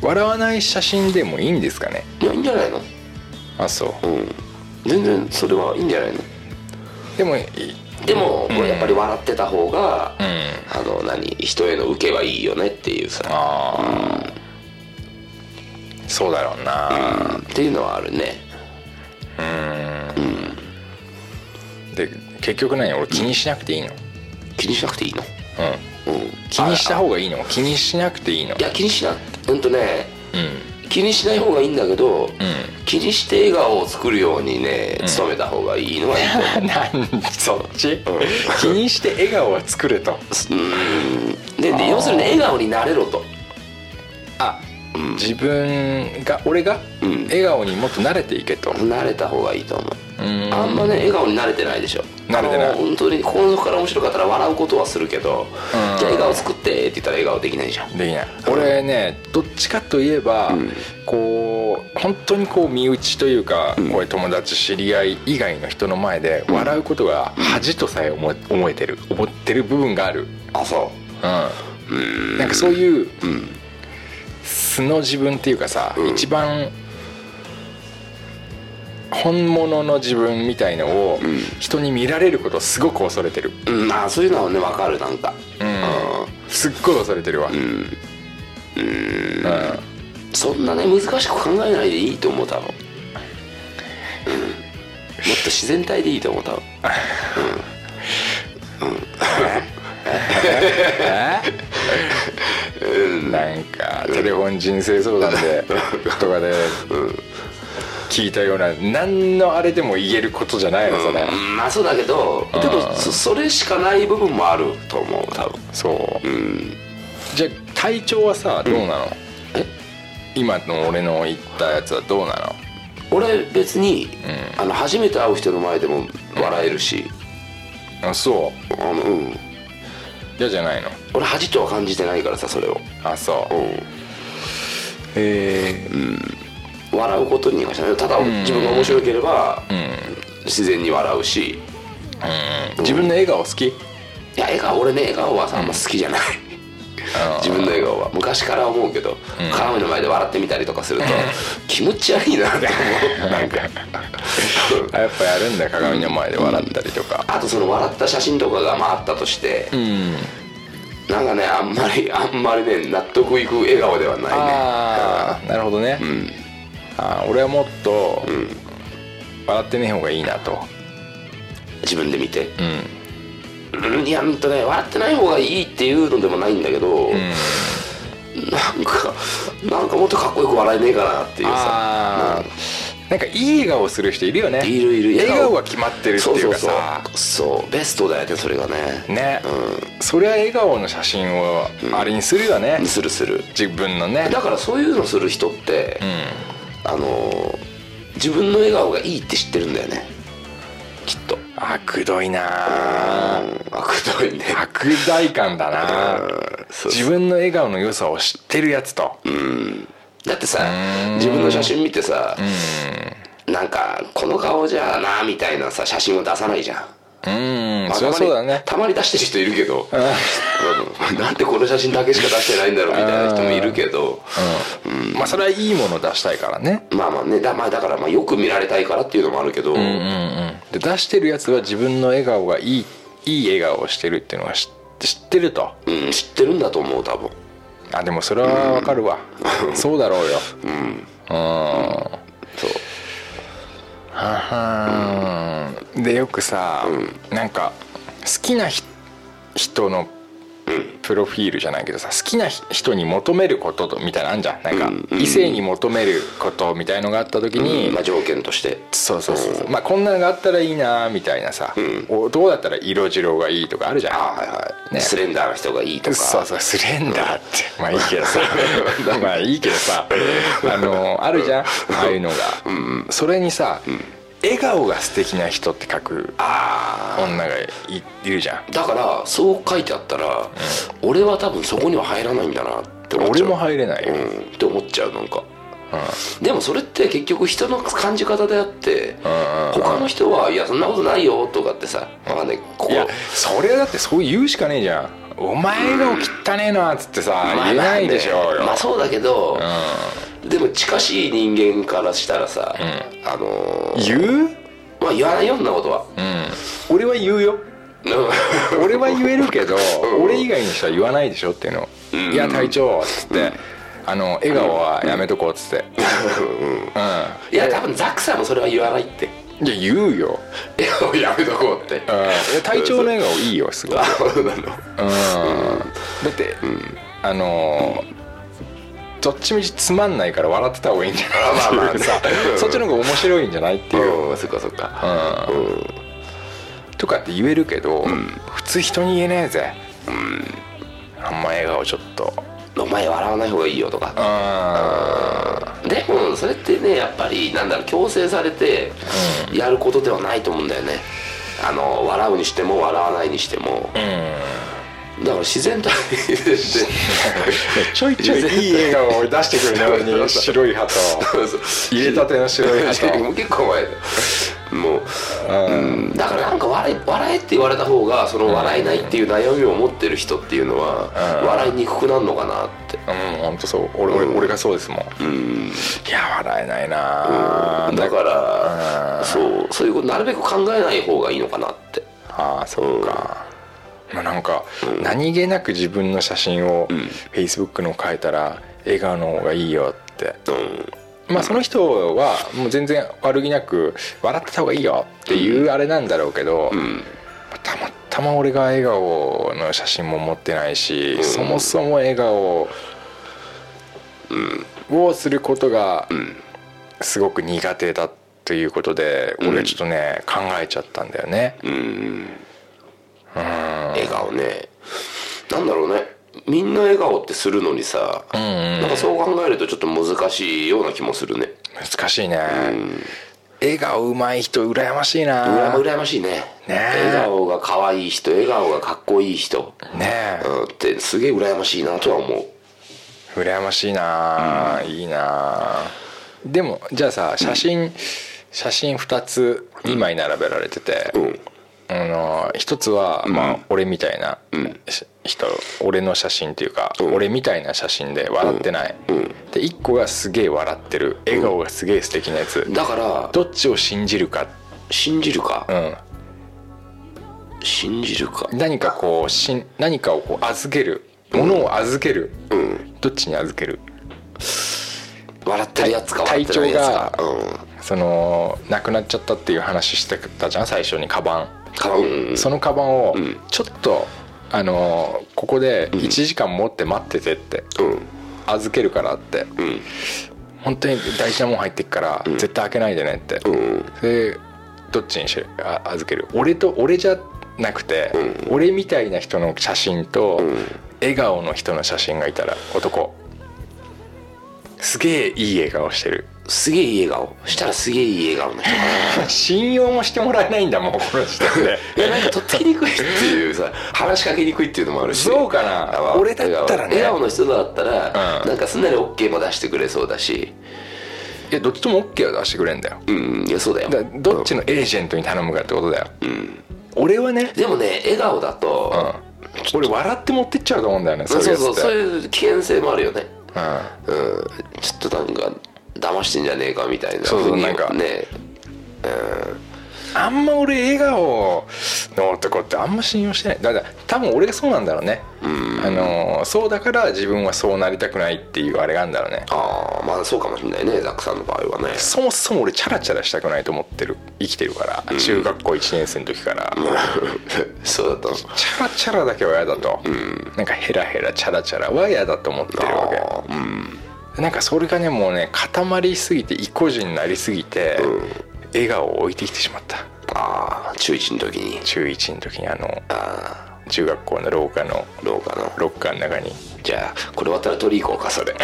Speaker 4: 笑わない写真でもいいんですかね
Speaker 3: いやいいんじゃないの
Speaker 4: あそ
Speaker 3: うん全然それはいいんじゃないの
Speaker 4: うでもいい
Speaker 3: でも、これやっぱり笑ってた方が、
Speaker 4: うん
Speaker 3: あの何人への受けはいいよねっていうさ
Speaker 4: ああ、そうだろうな、
Speaker 3: っていうのはあるね
Speaker 4: で結局何俺気にしなくていいの、うん、
Speaker 3: 気にしなくていいのうん
Speaker 4: 気にした方がいいの気にしなくていいの
Speaker 3: いや気にしなうんとね
Speaker 4: うん
Speaker 3: 気にしない方がいいんだけど、気にして笑顔を作るようにね努めた方がいいのはいいと思
Speaker 4: なんそっち、気にして笑顔は作れと
Speaker 3: うでで要するに笑顔になれろと
Speaker 4: あ、自分が俺が
Speaker 3: うん
Speaker 4: 笑顔にもっと慣れていけと、
Speaker 3: 慣れた方がいいと思う
Speaker 4: うん
Speaker 3: あんまね笑顔に慣れてないでしょ
Speaker 4: 慣れてない
Speaker 3: あの本当に心の底から面白かったら笑うことはするけど、じゃあ笑顔作ってって言ったら笑顔できないじゃん
Speaker 4: できない俺ねどっちかといえば、
Speaker 3: ん
Speaker 4: こう本当にこう身内というか、こういう友達知り合い以外の人の前で笑うことが恥とさえ思え思えてる思ってる部分がある、
Speaker 3: あそ
Speaker 4: うんなんかそういう、素の自分っていうかさ、一番本物の自分みたいのを人に見られることをすごく恐れてる、
Speaker 3: ううんあそういうのはね分かるなんかうん
Speaker 4: すっごい恐れてるわ、うん
Speaker 3: そんなね難しく考えないでいいと思う多分、うん、もっと自然体でいいと思う多分
Speaker 4: なんかテレフォン人生相談でとかで聞いたような何のあれでも言えることじゃないのそれ
Speaker 3: うんまあそうだけどでもそそれしかない部分もあると思う多分
Speaker 4: そう
Speaker 3: うん
Speaker 4: じゃあ体調はさどうなの
Speaker 3: え
Speaker 4: 今の俺の言ったやつはどうなの
Speaker 3: 俺別に、あの初めて会う人の前でも笑えるし、
Speaker 4: あそ
Speaker 3: あのうん
Speaker 4: う嫌じゃないの
Speaker 3: 俺恥とは感じてないからさそれを
Speaker 4: あそうへえ
Speaker 3: 笑うことに関してはただ自分が面白ければ、自然に笑うし
Speaker 4: 自分の笑顔好き
Speaker 3: いや笑顔俺ね笑顔はさあんま好きじゃない自分の笑顔は昔から思うけど、鏡の前で笑ってみたりとかすると気持ち悪いなって思うなんか
Speaker 4: あやっぱやるんだよ鏡の前で笑ったりとか
Speaker 3: あとその笑った写真とかがまああったとして、
Speaker 4: うん
Speaker 3: なんかねあんまりあんまりね納得いく笑顔ではないね
Speaker 4: ああなるほどね、あー俺はもっと、笑ってねえ方がいいなと
Speaker 3: 自分で見て、
Speaker 4: うん
Speaker 3: うんいやうんとね笑ってない方がいいっていうのでもないんだけど、なんかなんかもっとかっこよく笑えねえかなっていうさ
Speaker 4: あーなんかいい笑顔する人いるよね
Speaker 3: いるいる
Speaker 4: 笑顔が決まってるって
Speaker 3: そう
Speaker 4: い
Speaker 3: そうう
Speaker 4: か
Speaker 3: そう
Speaker 4: さ
Speaker 3: そうベストだよねそれがね
Speaker 4: ね、それは笑顔の写真をあれにするよね、
Speaker 3: するする
Speaker 4: 自分のね
Speaker 3: だからそういうのする人って、あのー自分の笑顔がいいって知ってるんだよねきっと
Speaker 4: あくどいなあ
Speaker 3: あくどいね
Speaker 4: 悪大感だな
Speaker 3: そう
Speaker 4: 自分の笑顔の良さを知ってるやつと、
Speaker 3: だってさ自分の写真見てさなんかこの顔じゃなみたいなさ写真を出さないじゃん
Speaker 4: うん
Speaker 3: まあ
Speaker 4: そりゃそうだね
Speaker 3: たまにたまに出してる人いるけど、うん なんでこの写真だけしか出してないんだろうみたいな人もいるけど、
Speaker 4: まあそれはいいものを出したいからね
Speaker 3: まあまあねだ,、まあ、だからまあよく見られたいからっていうのもあるけど、
Speaker 4: で出してるやつは自分の笑顔がいいいい笑顔をしてるっていうのは知知ってると
Speaker 3: うん知ってるんだと思う多分
Speaker 4: あでもそれはわかるわ、 そうだろうようん
Speaker 3: そう
Speaker 4: ははーんでよくさ、なんか好きなひ人のプロフィールじゃないけどさ好きなひ人に求めることとみたいなのあんじゃんなんか異性に求めることみたいのがあった時に、
Speaker 3: まあ条件として
Speaker 4: そうそうそうそうまあこんなのがあったらいいなみたいなさ、おどうだったら色白がいいとかあるじゃん
Speaker 3: あはいはい、
Speaker 4: ね
Speaker 3: スレンダーな人がいいとか
Speaker 4: そうそうスレンダーってまあいいけどさ まあいいけどさあのあるじゃんああいうのが、それにさ、笑顔が素敵な人って書く
Speaker 3: あ
Speaker 4: 女がいいるじゃん
Speaker 3: あだからそう書いてあったら、俺は多分そこには入らないんだなって思っち
Speaker 4: 俺
Speaker 3: ゃう
Speaker 4: も入れないよ、
Speaker 3: うんって思っちゃうなんか、でもそれって結局人の感じ方であって、他の人はいやそんなことないよとかってさわかんないここ
Speaker 4: いやそれはだってそう言うしかねえじゃんお前が汚ねえなっつってさ、言えないでしょうよ、
Speaker 3: まあそうだけど、でも近しい人間からしたらさ、あのー
Speaker 4: 言う
Speaker 3: まあ言わないよんなことは、
Speaker 4: 俺は言うよ
Speaker 3: うん
Speaker 4: 俺は言えるけど俺以外の人は言わないでしょっていうの「いや隊長」っつって「あの笑顔はやめとこう」っつってう
Speaker 3: いや多分ザックさんもそれは言わないって
Speaker 4: んいや言うよ
Speaker 3: 笑顔やめとこうって
Speaker 4: うんいや隊長の笑顔いいよすごい
Speaker 3: あそうなの
Speaker 4: だってあのーどっちみちつまんないから笑ってた方がいいんじゃ ない
Speaker 3: まあまあ
Speaker 4: っていうさ
Speaker 3: うん
Speaker 4: そっちの方が面白いんじゃないっていう
Speaker 3: うんそっかそっか
Speaker 4: とかって言えるけど普通人に言えねえぜあんま笑顔ちょっと
Speaker 3: お前笑わない方がいいよとかでもそれってねやっぱりなんだろう強制されてやることではないと思うんだよねあの笑うにしても笑わないにしてもだから自然体でして
Speaker 4: ちょいちょいいい笑顔を出してくるね俺に白い鳩入れたての白い
Speaker 3: も
Speaker 4: 鳩
Speaker 3: う結 構前だもううんだからなんか笑い笑えって言われた方がその笑えないっていう悩みを持ってる人っていうのは笑いにくくなるのかなって
Speaker 4: うん本当そう俺俺俺がそうですもんいや笑えないなあ
Speaker 3: だからそうそういうことなるべく考えない方がいいのかなって
Speaker 4: ああそうかまあなんか何気なく自分の写真を Facebook の変えたら笑顔の方がいいよって
Speaker 3: うん
Speaker 4: まあその人はもう全然悪気なく笑ってた方がいいよっていうあれなんだろうけど、たまたま俺が笑顔の写真も持ってないし、そもそも笑顔をすることがすごく苦手だということで、俺ちょっとね考えちゃったんだよね、
Speaker 3: 笑顔ねなんだろうねみんな笑顔ってするのにさ、なんかそう考えるとちょっと難しいような気もするね
Speaker 4: 難しいね、笑顔うまい人羨ましいな
Speaker 3: うら羨ましいね
Speaker 4: ね
Speaker 3: 笑顔が可愛い人笑顔がかっこいい人、
Speaker 4: ねえ
Speaker 3: うん、ってすげえ羨ましいなとは思う
Speaker 4: 羨ましいな、いいなでもじゃあさ写真、写真2つ2枚並べられてて、
Speaker 3: うん
Speaker 4: あの一つは、まあ、俺みたいな、
Speaker 3: ん
Speaker 4: し人俺の写真っていうか、
Speaker 3: ん
Speaker 4: 俺みたいな写真で笑ってない、
Speaker 3: うん
Speaker 4: で1個がすげえ笑ってる笑顔がすげえ素敵なやつ、
Speaker 3: だから
Speaker 4: どっちを信じるか、
Speaker 3: 信じるか、
Speaker 4: うん、
Speaker 3: 信じるか
Speaker 4: 何かこうしん何かをこう預けるものを預ける、どっちに預ける
Speaker 3: 笑ってるやつか笑っ
Speaker 4: 体
Speaker 3: てないやつか
Speaker 4: 体調その亡くなっちゃったっていう話してたじゃん最初にカバン
Speaker 3: うんかうん
Speaker 4: そのカバンをちょっと、あのーここで1時間持って待っててって、
Speaker 3: うん
Speaker 4: 預けるからって、
Speaker 3: ん
Speaker 4: 本当に大事なもん入ってっから、絶対開けないでねって、
Speaker 3: ん
Speaker 4: でどっちにしあ預ける俺と俺じゃなくて、俺みたいな人の写真と、笑顔の人の写真がいたら男すげえいい笑顔してる
Speaker 3: すげえいい笑顔したらすげえいい笑顔の人か
Speaker 4: 信用もしてもらえないんだもんこの時点
Speaker 3: な
Speaker 4: で
Speaker 3: いやなんかとっつきにくいっていう さ話しかけにくいっていうのもあるし
Speaker 4: そうかな俺だったらね
Speaker 3: 笑顔の人だったら、
Speaker 4: うん
Speaker 3: なんかすんなり OK も出してくれそうだし
Speaker 4: いやどっちとも OK は出してくれんだよ
Speaker 3: うんいやそうだよ
Speaker 4: だからどっちのエージェントに頼むかってことだよ、俺はね、
Speaker 3: でもね笑顔だ
Speaker 4: う
Speaker 3: と、
Speaker 4: ん、俺笑って持ってっちゃうと思うんだよねそういう
Speaker 3: そ
Speaker 4: や
Speaker 3: う
Speaker 4: つって
Speaker 3: そうそういう危険性もあるよね
Speaker 4: うん
Speaker 3: うんちょっとなんか騙してんじゃねえかみたいな
Speaker 4: そうそう
Speaker 3: ふに
Speaker 4: なんか
Speaker 3: ね
Speaker 4: あんま俺笑顔の男ってあんま信用してないだから多分俺がそうなんだろうね、あのーそうだから自分はそうなりたくないっていうあれがあるんだろうね
Speaker 3: ああまあそうかもしんないねザックさんの場合はね
Speaker 4: そもそも俺チャラチャラしたくないと思ってる生きてるから、中学校1年生の時から、
Speaker 3: そうだったの
Speaker 4: チャラチャラだけは嫌だと、なんかヘラヘラチャラチャラは嫌だと思ってるわけ
Speaker 3: あーうん
Speaker 4: なんかそれがねもうね固まりすぎて意固地になりすぎて、笑顔を置いてきてしまった
Speaker 3: ああ中1の時に
Speaker 4: 中1の時にあの
Speaker 3: あ
Speaker 4: 中学校の廊下の
Speaker 3: あ廊下の
Speaker 4: ロッカーの中に
Speaker 3: じゃあこれ終わったら取り行こうか それ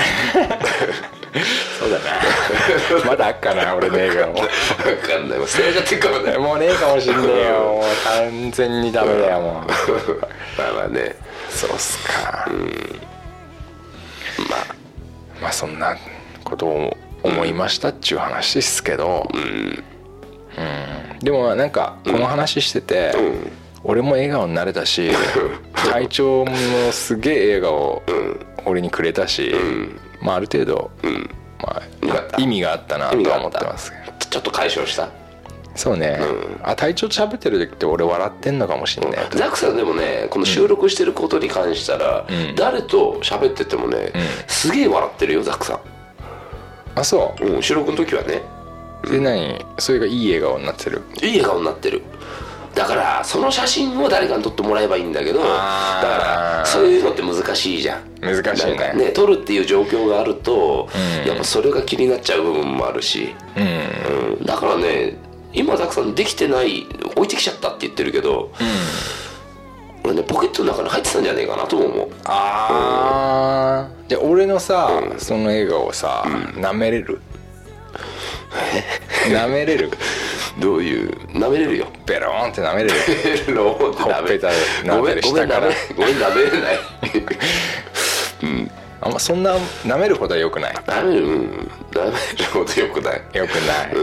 Speaker 4: そうだなまだあっかな俺の笑 顔
Speaker 3: 分かんないもう捨てられちゃってるかもね
Speaker 4: もうねえかもしんねえよもう完全にダメだよもう
Speaker 3: まあまあね
Speaker 4: そうっすか
Speaker 3: まあ
Speaker 4: まあそんなことを思いましたっちゅう話ですけどうん、でもなんかこの話してて、
Speaker 3: ん
Speaker 4: 俺も笑顔になれたし隊長もすげえ笑顔俺にくれたし、まあある程度、ま
Speaker 3: よかっ
Speaker 4: あ、
Speaker 3: た
Speaker 4: 意味があったなとは思ってます
Speaker 3: ちょっと解消した
Speaker 4: そうね、あ隊長と喋ってる時って俺笑ってんのかもしんない、
Speaker 3: ザックさんでもねこの収録してることに関したら、誰と喋っててもね、すげえ笑ってるよザックさ
Speaker 4: あそ
Speaker 3: ん、うん、収録の時はね
Speaker 4: うで何それがいい笑顔になってる
Speaker 3: いい笑顔になってるだからその写真を誰かに撮ってもらえばいいんだけどだ
Speaker 4: あー
Speaker 3: からそういうのって難しいじゃん
Speaker 4: 難しいね
Speaker 3: なんか撮るっていう状況があると、やっぱそれが気になっちゃう部分もあるし、うんだからね今ザックさんできてない置いてきちゃったって言ってるけど、俺ねポケットの中に入ってたんじゃねえかなとも思う
Speaker 4: ああで俺のさ、その笑顔をさな、舐めれるなめれる
Speaker 3: どういう舐めれるよ
Speaker 4: ベローンってなめれる
Speaker 3: ローって舐め
Speaker 4: ほっぺた舐
Speaker 3: ご
Speaker 4: め
Speaker 3: め
Speaker 4: たり
Speaker 3: んごめん
Speaker 4: 下か
Speaker 3: 舐
Speaker 4: ら
Speaker 3: めごめん舐めれない
Speaker 4: あんまそんななめるほどはよくない
Speaker 3: 舐めるうん舐めるほどよくない
Speaker 4: よくない、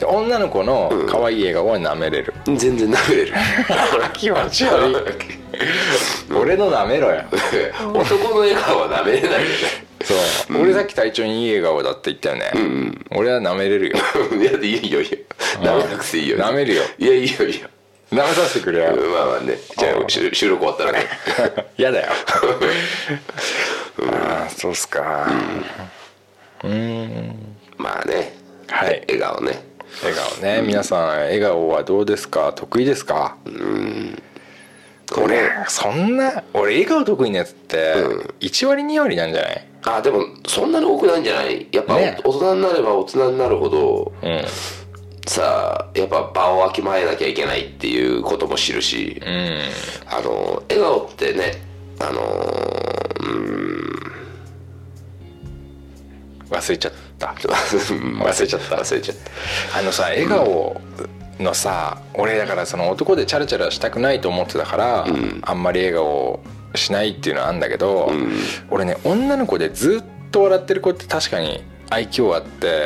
Speaker 4: で女の子の可愛い笑顔はなめれる、
Speaker 3: 全然舐めれる
Speaker 4: 気持ち悪い俺のなめろよ
Speaker 3: 男の笑顔は舐めれないよ
Speaker 4: そう、俺さっき体調にいい笑顔だって言ったよね、俺はなめれるよ
Speaker 3: ねいやいいよいいよ舐めなくていいよ
Speaker 4: 舐めるよ
Speaker 3: いやいいよいいよ
Speaker 4: なめさせてくれよ
Speaker 3: うんまあまあねじゃあ収収録終わったらね
Speaker 4: 嫌だよああそうっすか、
Speaker 3: まあね
Speaker 4: はい
Speaker 3: 笑顔ね
Speaker 4: 笑顔ね、皆さん笑顔はどうですか得意ですか、
Speaker 3: これ
Speaker 4: そんな俺笑顔得意なやつって1割2割なんじゃない
Speaker 3: あでもそんなに多くないんじゃないやっぱ、
Speaker 4: ね
Speaker 3: 大人になれば大人になるほど、
Speaker 4: ん
Speaker 3: さあやっぱ場をわきまえなきゃいけないっていうことも知るし、あの笑顔ってねあのうーん
Speaker 4: 忘れちゃっった
Speaker 3: 忘れちゃった忘れちゃった
Speaker 4: あのさ笑顔のさ、俺だからその男でチャラチャラしたくないと思ってたから、あんまり笑顔しないっていうのはあんだけど、俺ね女の子でずっと笑ってる子って確かに愛嬌あって、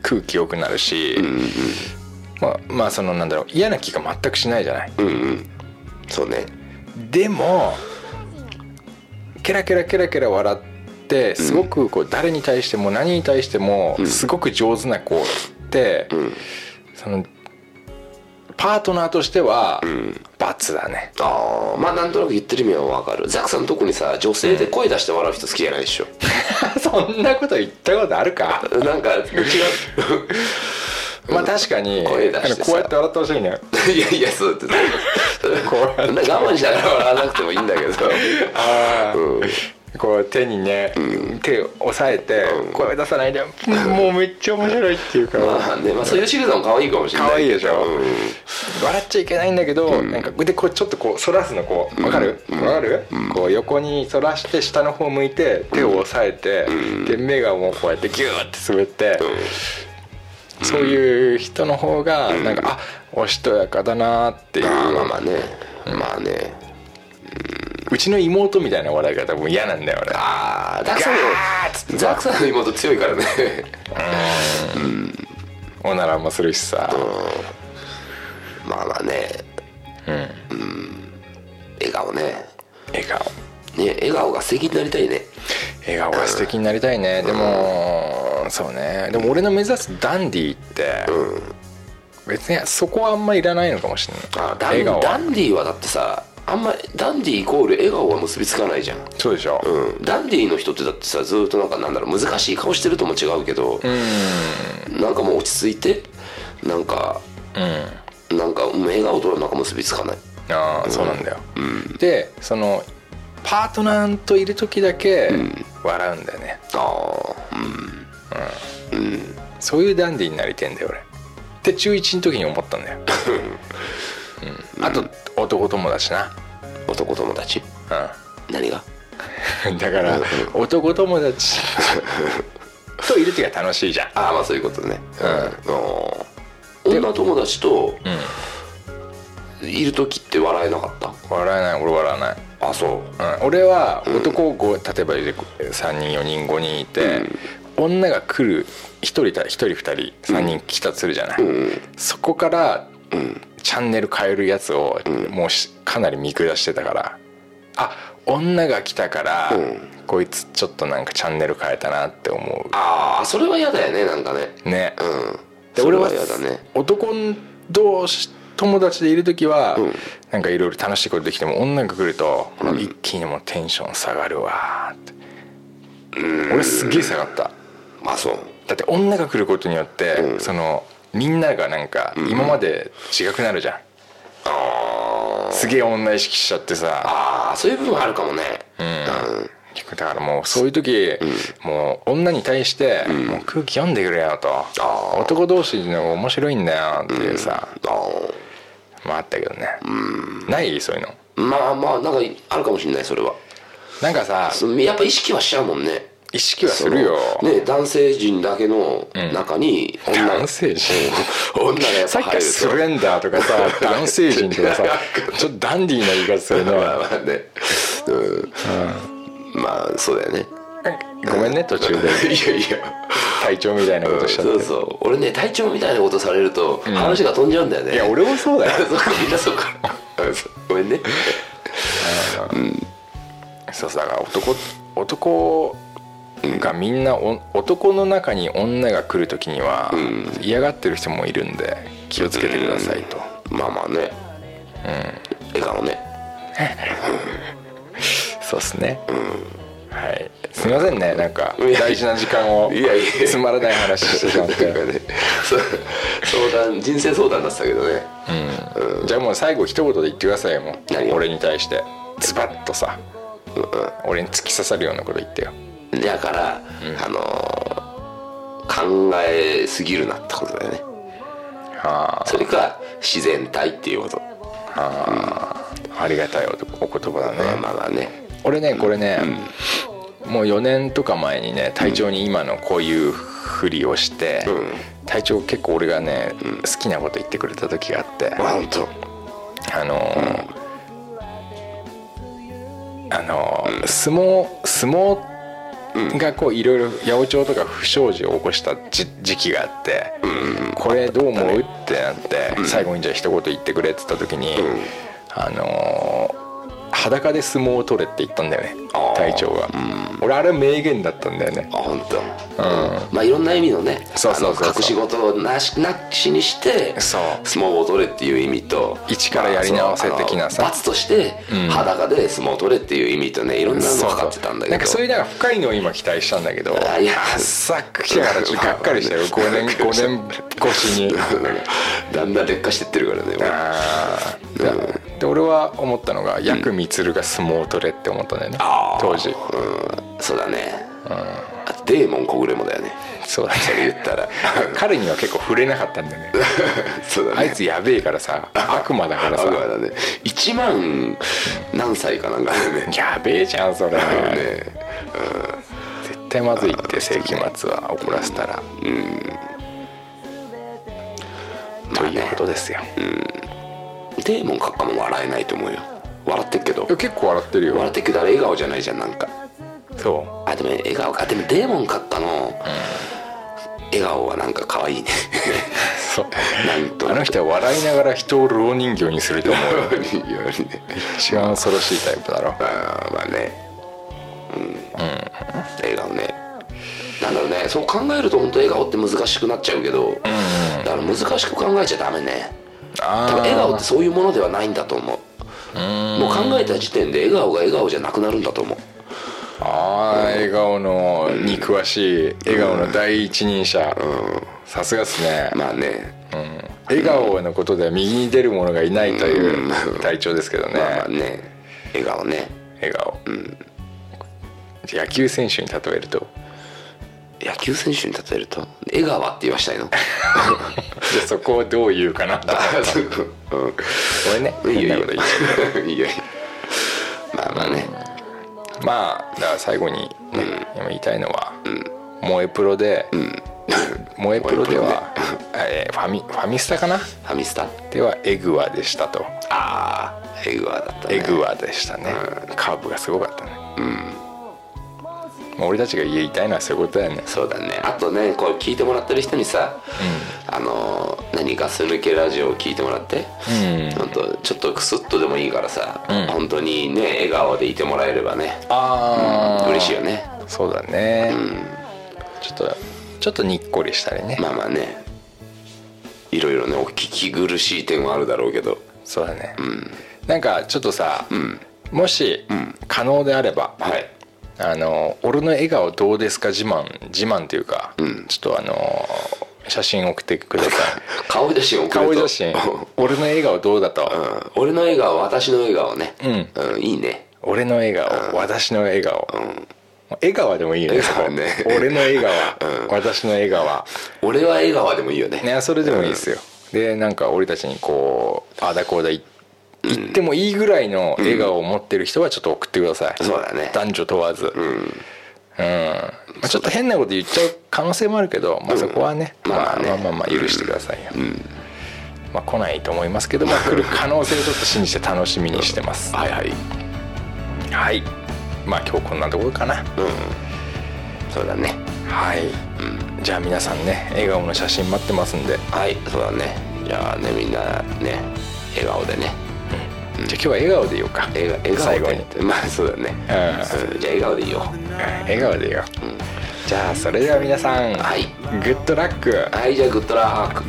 Speaker 4: 空気良くなるし、まあまあそのなんだろう嫌な気が全くしないじゃない。
Speaker 3: うんうんそうね
Speaker 4: でもケラケラケラケラ笑ってすごくこう誰に対しても何に対してもすごく上手な子って、そのパートナーとしては罰だね、
Speaker 3: ああまあなんとなく言ってる意味はわかるザックさん特にさ女性で声出して笑う人好きじゃないでしょ、
Speaker 4: そんなこと言ったことあるか
Speaker 3: なんか違う
Speaker 4: まあ確かに
Speaker 3: 声出してさ
Speaker 4: あのこうやって笑ってほしいね
Speaker 3: いやいやそうってそれ
Speaker 4: こうやって
Speaker 3: 我慢しながら笑わなくてもいいんだ けど
Speaker 4: ああ、こう手にね、手を押さえて声出さないでもうめっちゃ面白いっていうか、
Speaker 3: まあねまあそういうシリーズも可愛いかもしれない
Speaker 4: 可愛いでしょ
Speaker 3: うん
Speaker 4: 笑っちゃいけないんだけど、なんかでこうちょっとこう反らすのこうわかるわ、かる、こう横に反らして下の方向いて手を押さえて、で目がもうこうやってギューって滑って、そういう人の方がなんか、あおしとやかだなっていう、
Speaker 3: まあまあまあねまあね
Speaker 4: うちの妹みたいな笑い方も嫌なんだよ俺
Speaker 3: ああザックさん
Speaker 4: ガーッつっ
Speaker 3: のザックさんの妹強いからね
Speaker 4: おならもするしさ、
Speaker 3: まあまあねうん笑顔ね
Speaker 4: 笑顔
Speaker 3: ね笑顔が素敵になりたいね
Speaker 4: 笑顔が素敵になりたいね、でも、そうねでも俺の目指すダンディって、別にそこはあんまりいらないのかもしれない
Speaker 3: あダン
Speaker 4: 笑顔
Speaker 3: ダ
Speaker 4: は
Speaker 3: ンディーはだってさあんまダンディーイコール笑顔は結びつかないじゃん
Speaker 4: そうでしょ、
Speaker 3: うん、ダンディーの人ってだってさずーっとなんかなんだろう難しい顔してるとも違うけど、なんかもう落ち着いてなんか、なんかうん笑顔とはなんか結びつかない
Speaker 4: ああそうなんだよ、でそのパートナーといる時だけ笑うんだよね、
Speaker 3: ああ
Speaker 4: そういうダンディになりてんだよ俺って中1の時に思ったん だよ、うん、あと男友達な
Speaker 3: 男友達
Speaker 4: うん
Speaker 3: 何が
Speaker 4: だから男友達といる時が楽しいじゃん
Speaker 3: ああまあそういうことねうん、女友達といる時って笑えなかった
Speaker 4: 笑えない俺笑わない、
Speaker 3: あそう
Speaker 4: うん、俺は男を5例えば3人4人5人いて、女が来る1人だ1人2人3人来たとするじゃない、そこから、チャンネル変えるやつを、もうしかなり見下してたからあ女が来たから、こいつちょっとなんかチャンネル変えたなって思
Speaker 3: ああそれは嫌だよねなんかね
Speaker 4: うね、
Speaker 3: うん
Speaker 4: で
Speaker 3: それ
Speaker 4: 俺は
Speaker 3: 嫌だね
Speaker 4: 男同士友達でいる時は、なんかいろいろ楽しいことできても女が来ると、一気にもうテンション下がるわーって俺すっげえ下がった
Speaker 3: まあそう
Speaker 4: だって女が来ることによって、そのみんながなんか今まで違くなるじゃん、すげえ女意識しちゃってさ
Speaker 3: ああそういう部分あるかもねうん
Speaker 4: だからもうそういう時、もう女に対して、もう空気読んでくれよと
Speaker 3: あー
Speaker 4: 男同士の方が面白いんだよっていうさ、
Speaker 3: あー
Speaker 4: まああったけどね、ないそういうの
Speaker 3: まあまあなんかあるかもしれないそれは
Speaker 4: なんかさ
Speaker 3: そのやっぱ意識はしちゃうもんね
Speaker 4: 意識はするよ、
Speaker 3: そのね男性陣だけの中に 女
Speaker 4: 男性陣
Speaker 3: 女がやっ
Speaker 4: さ
Speaker 3: ぱ
Speaker 4: っきか
Speaker 3: 入
Speaker 4: らス
Speaker 3: る
Speaker 4: レンダーとかさ男性陣とかさちょっとダンディーな言い方するの
Speaker 3: と
Speaker 4: は
Speaker 3: まあねうんまあそうだよね
Speaker 4: ごめんね途中で
Speaker 3: いやいや
Speaker 4: 体調みたいなことしちゃって、
Speaker 3: そうそう俺ね隊長みたいなことされると話が飛んじゃうんだよね、
Speaker 4: いや俺もそうだよ
Speaker 3: そうかみんなそうかうんそうごめんね
Speaker 4: そうそうだから男男がみんなお男の中に女が来る時には、嫌がってる人もいるんで気をつけてくださいと、
Speaker 3: まあまあねうん笑顔ね
Speaker 4: そうっすね、はいすみませんねなんか
Speaker 3: いや
Speaker 4: 大事な時間を
Speaker 3: いやいや
Speaker 4: つまらない話してしま っ
Speaker 3: なんか
Speaker 4: て
Speaker 3: ねそう相談人生相談だったけどね
Speaker 4: じゃあもう最後一言で言ってくださいよも
Speaker 3: 何
Speaker 4: う
Speaker 3: を
Speaker 4: 俺に対してズバッとさ俺に突き刺さるようなこと言ってよ
Speaker 3: だから、あのー考えすぎるなってことだよね
Speaker 4: あ
Speaker 3: それか自然体っていうこと、
Speaker 4: あありがたいおお言葉だ
Speaker 3: まあ
Speaker 4: ね
Speaker 3: まあまあね
Speaker 4: 俺ねこれねもう4年とか前にね隊長に今のこういうふりをして、
Speaker 3: うん
Speaker 4: 隊長結構俺がね、好きなこと言ってくれた時があって、
Speaker 3: あ本当
Speaker 4: あのーあのー相撲相撲がこういろいろ八百長とか不祥事を起こしたじ時期があって、これどう思うってなって、最後にじゃあ一言言ってくれって言った時に、あのー裸で相撲を取れって言ったんだよね
Speaker 3: あー
Speaker 4: 隊長が、俺あれ名言だったんだよね
Speaker 3: あ本当。まあいろんな意味のね
Speaker 4: そうそうそうそう
Speaker 3: あの隠し事をなしなしにして
Speaker 4: そう
Speaker 3: 相撲を取れっていう意味と
Speaker 4: 一からやり直せ的なさ
Speaker 3: まあその罰として裸で相撲を取れっていう意味とねいろんなのがかかってたんだけど
Speaker 4: なんかそういうなんか深いのを今期待したんだけど
Speaker 3: あいや
Speaker 4: あっさっきだからちょっとがっかりしたよ5年5年 越しに
Speaker 3: だんだん劣化してってるからね俺
Speaker 4: あーだで俺は思ったのがヤクミツルが相撲を取れって思ったんだよね当時
Speaker 3: うんそうだねあとデーモン小暮もだよね
Speaker 4: そうだね
Speaker 3: それ言った ら
Speaker 4: 彼には結構触れなかったんだよね
Speaker 3: そうだね
Speaker 4: あいつやべえからさ悪魔だからさ
Speaker 3: あまあだね1万何歳かなんかだよね
Speaker 4: やべえじゃんそれ
Speaker 3: ね
Speaker 4: 絶対まずいって世紀末は怒らせたら
Speaker 3: まあ
Speaker 4: という
Speaker 3: ね
Speaker 4: ことですよ
Speaker 3: デーモン閣下も笑えないと思うよ笑ってっけど
Speaker 4: いや結構笑ってる
Speaker 3: 笑
Speaker 4: よ
Speaker 3: ってっけどあれ笑顔じゃないじゃんなんか
Speaker 4: そ
Speaker 3: あでも笑顔かでもデーモン閣下の笑顔はなんか可 愛いね
Speaker 4: うそう
Speaker 3: なんと
Speaker 4: あの人は笑いながら人を蝋人形にすると思う よ
Speaker 3: いいようにね
Speaker 4: 一番恐ろしいタイプだろ
Speaker 3: あーまあねうん、笑顔ねなんだろうねそう考えると本当笑顔って難しくなっちゃうけど、だから難しく考えちゃダメね多分笑顔ってそういうものではないんだと思うもう考えた時点で笑顔が笑顔じゃなくなるんだと思う
Speaker 4: あー笑顔のに詳しい笑顔の第一人者さすがっすね、
Speaker 3: まあね
Speaker 4: 笑顔のことで右に出る者がいないという体調ですけどね、
Speaker 3: まあまあね笑顔ね
Speaker 4: 笑顔、野球選手に例えると
Speaker 3: 野球選手に例えると笑顔って言わしたい の
Speaker 4: じゃあそこをどう言うかな
Speaker 3: あそううん
Speaker 4: 俺ね
Speaker 3: いいよい
Speaker 4: 変ないこと言って
Speaker 3: よ いいよいいよまあまあね、
Speaker 4: まあだから最後に、ね今言いたいのは「萌えプロで」萌えプロ」では、えーファミファミスタかな
Speaker 3: ファミスタ
Speaker 4: ではエグワでしたと
Speaker 3: ああエグワだったね
Speaker 4: エグワでしたね、カーブがすごかったねまあ俺たちが言いたいのはそういうことだよね
Speaker 3: そうだねあとねこう聞いてもらってる人にさ、あのー何ガス抜けラジオを聞いてもらって、本当ちょっとクスッとでもいいからさ、本当にね笑顔でいてもらえればね
Speaker 4: あ
Speaker 3: 嬉しいよね
Speaker 4: そうだね、ちょっとちょっとにっこりしたりね、
Speaker 3: まあまあねいろいろねお聞き苦しい点はあるだろうけど
Speaker 4: そうだね、なんかちょっとさ、もし、可能であれば、
Speaker 3: はい
Speaker 4: あの俺の笑顔どうですか自慢自慢というか、ちょっとあの写真送ってください
Speaker 3: 顔写真送ると
Speaker 4: 顔写 真俺の笑顔どうだと、
Speaker 3: うん俺の笑顔私の笑顔ねうん、いいね
Speaker 4: 俺の笑顔、私の笑顔、笑顔でもいいよね
Speaker 3: 笑顔
Speaker 4: そこ
Speaker 3: ね
Speaker 4: 俺の笑顔、私の笑顔
Speaker 3: 俺は笑顔でもいいよね
Speaker 4: ねそれでもいいですよ、でなんか俺たちにこうああだこうだい言ってもいいぐらいの笑顔を持ってる人はちょっと送ってください、
Speaker 3: そうだね
Speaker 4: 男女問わずうん、まあ、ちょっと変なこと言っちゃう可能性もあるけど、まあ、そこはね、
Speaker 3: うんまあまあね
Speaker 4: まあまあまあ許してくださいよ、まあ、来ないと思いますけど、まあ、来る可能性をちょっと信じて楽しみにしてます、
Speaker 3: はいはい
Speaker 4: はいまあ今日こんなところかな
Speaker 3: そうだね
Speaker 4: はい、じゃあ皆さんね笑顔の写真待ってますんで、
Speaker 3: はいそうだねじゃあねみんなね笑顔でね
Speaker 4: じゃあ今日は笑顔でいようか
Speaker 3: 笑顔笑顔
Speaker 4: 最後に
Speaker 3: で、まあそうだね、うんじゃあ笑顔でいいよ
Speaker 4: うん笑顔でいよう、じゃあそれでは皆さん、
Speaker 3: はい
Speaker 4: グッドラック
Speaker 3: はいじゃあグッドラック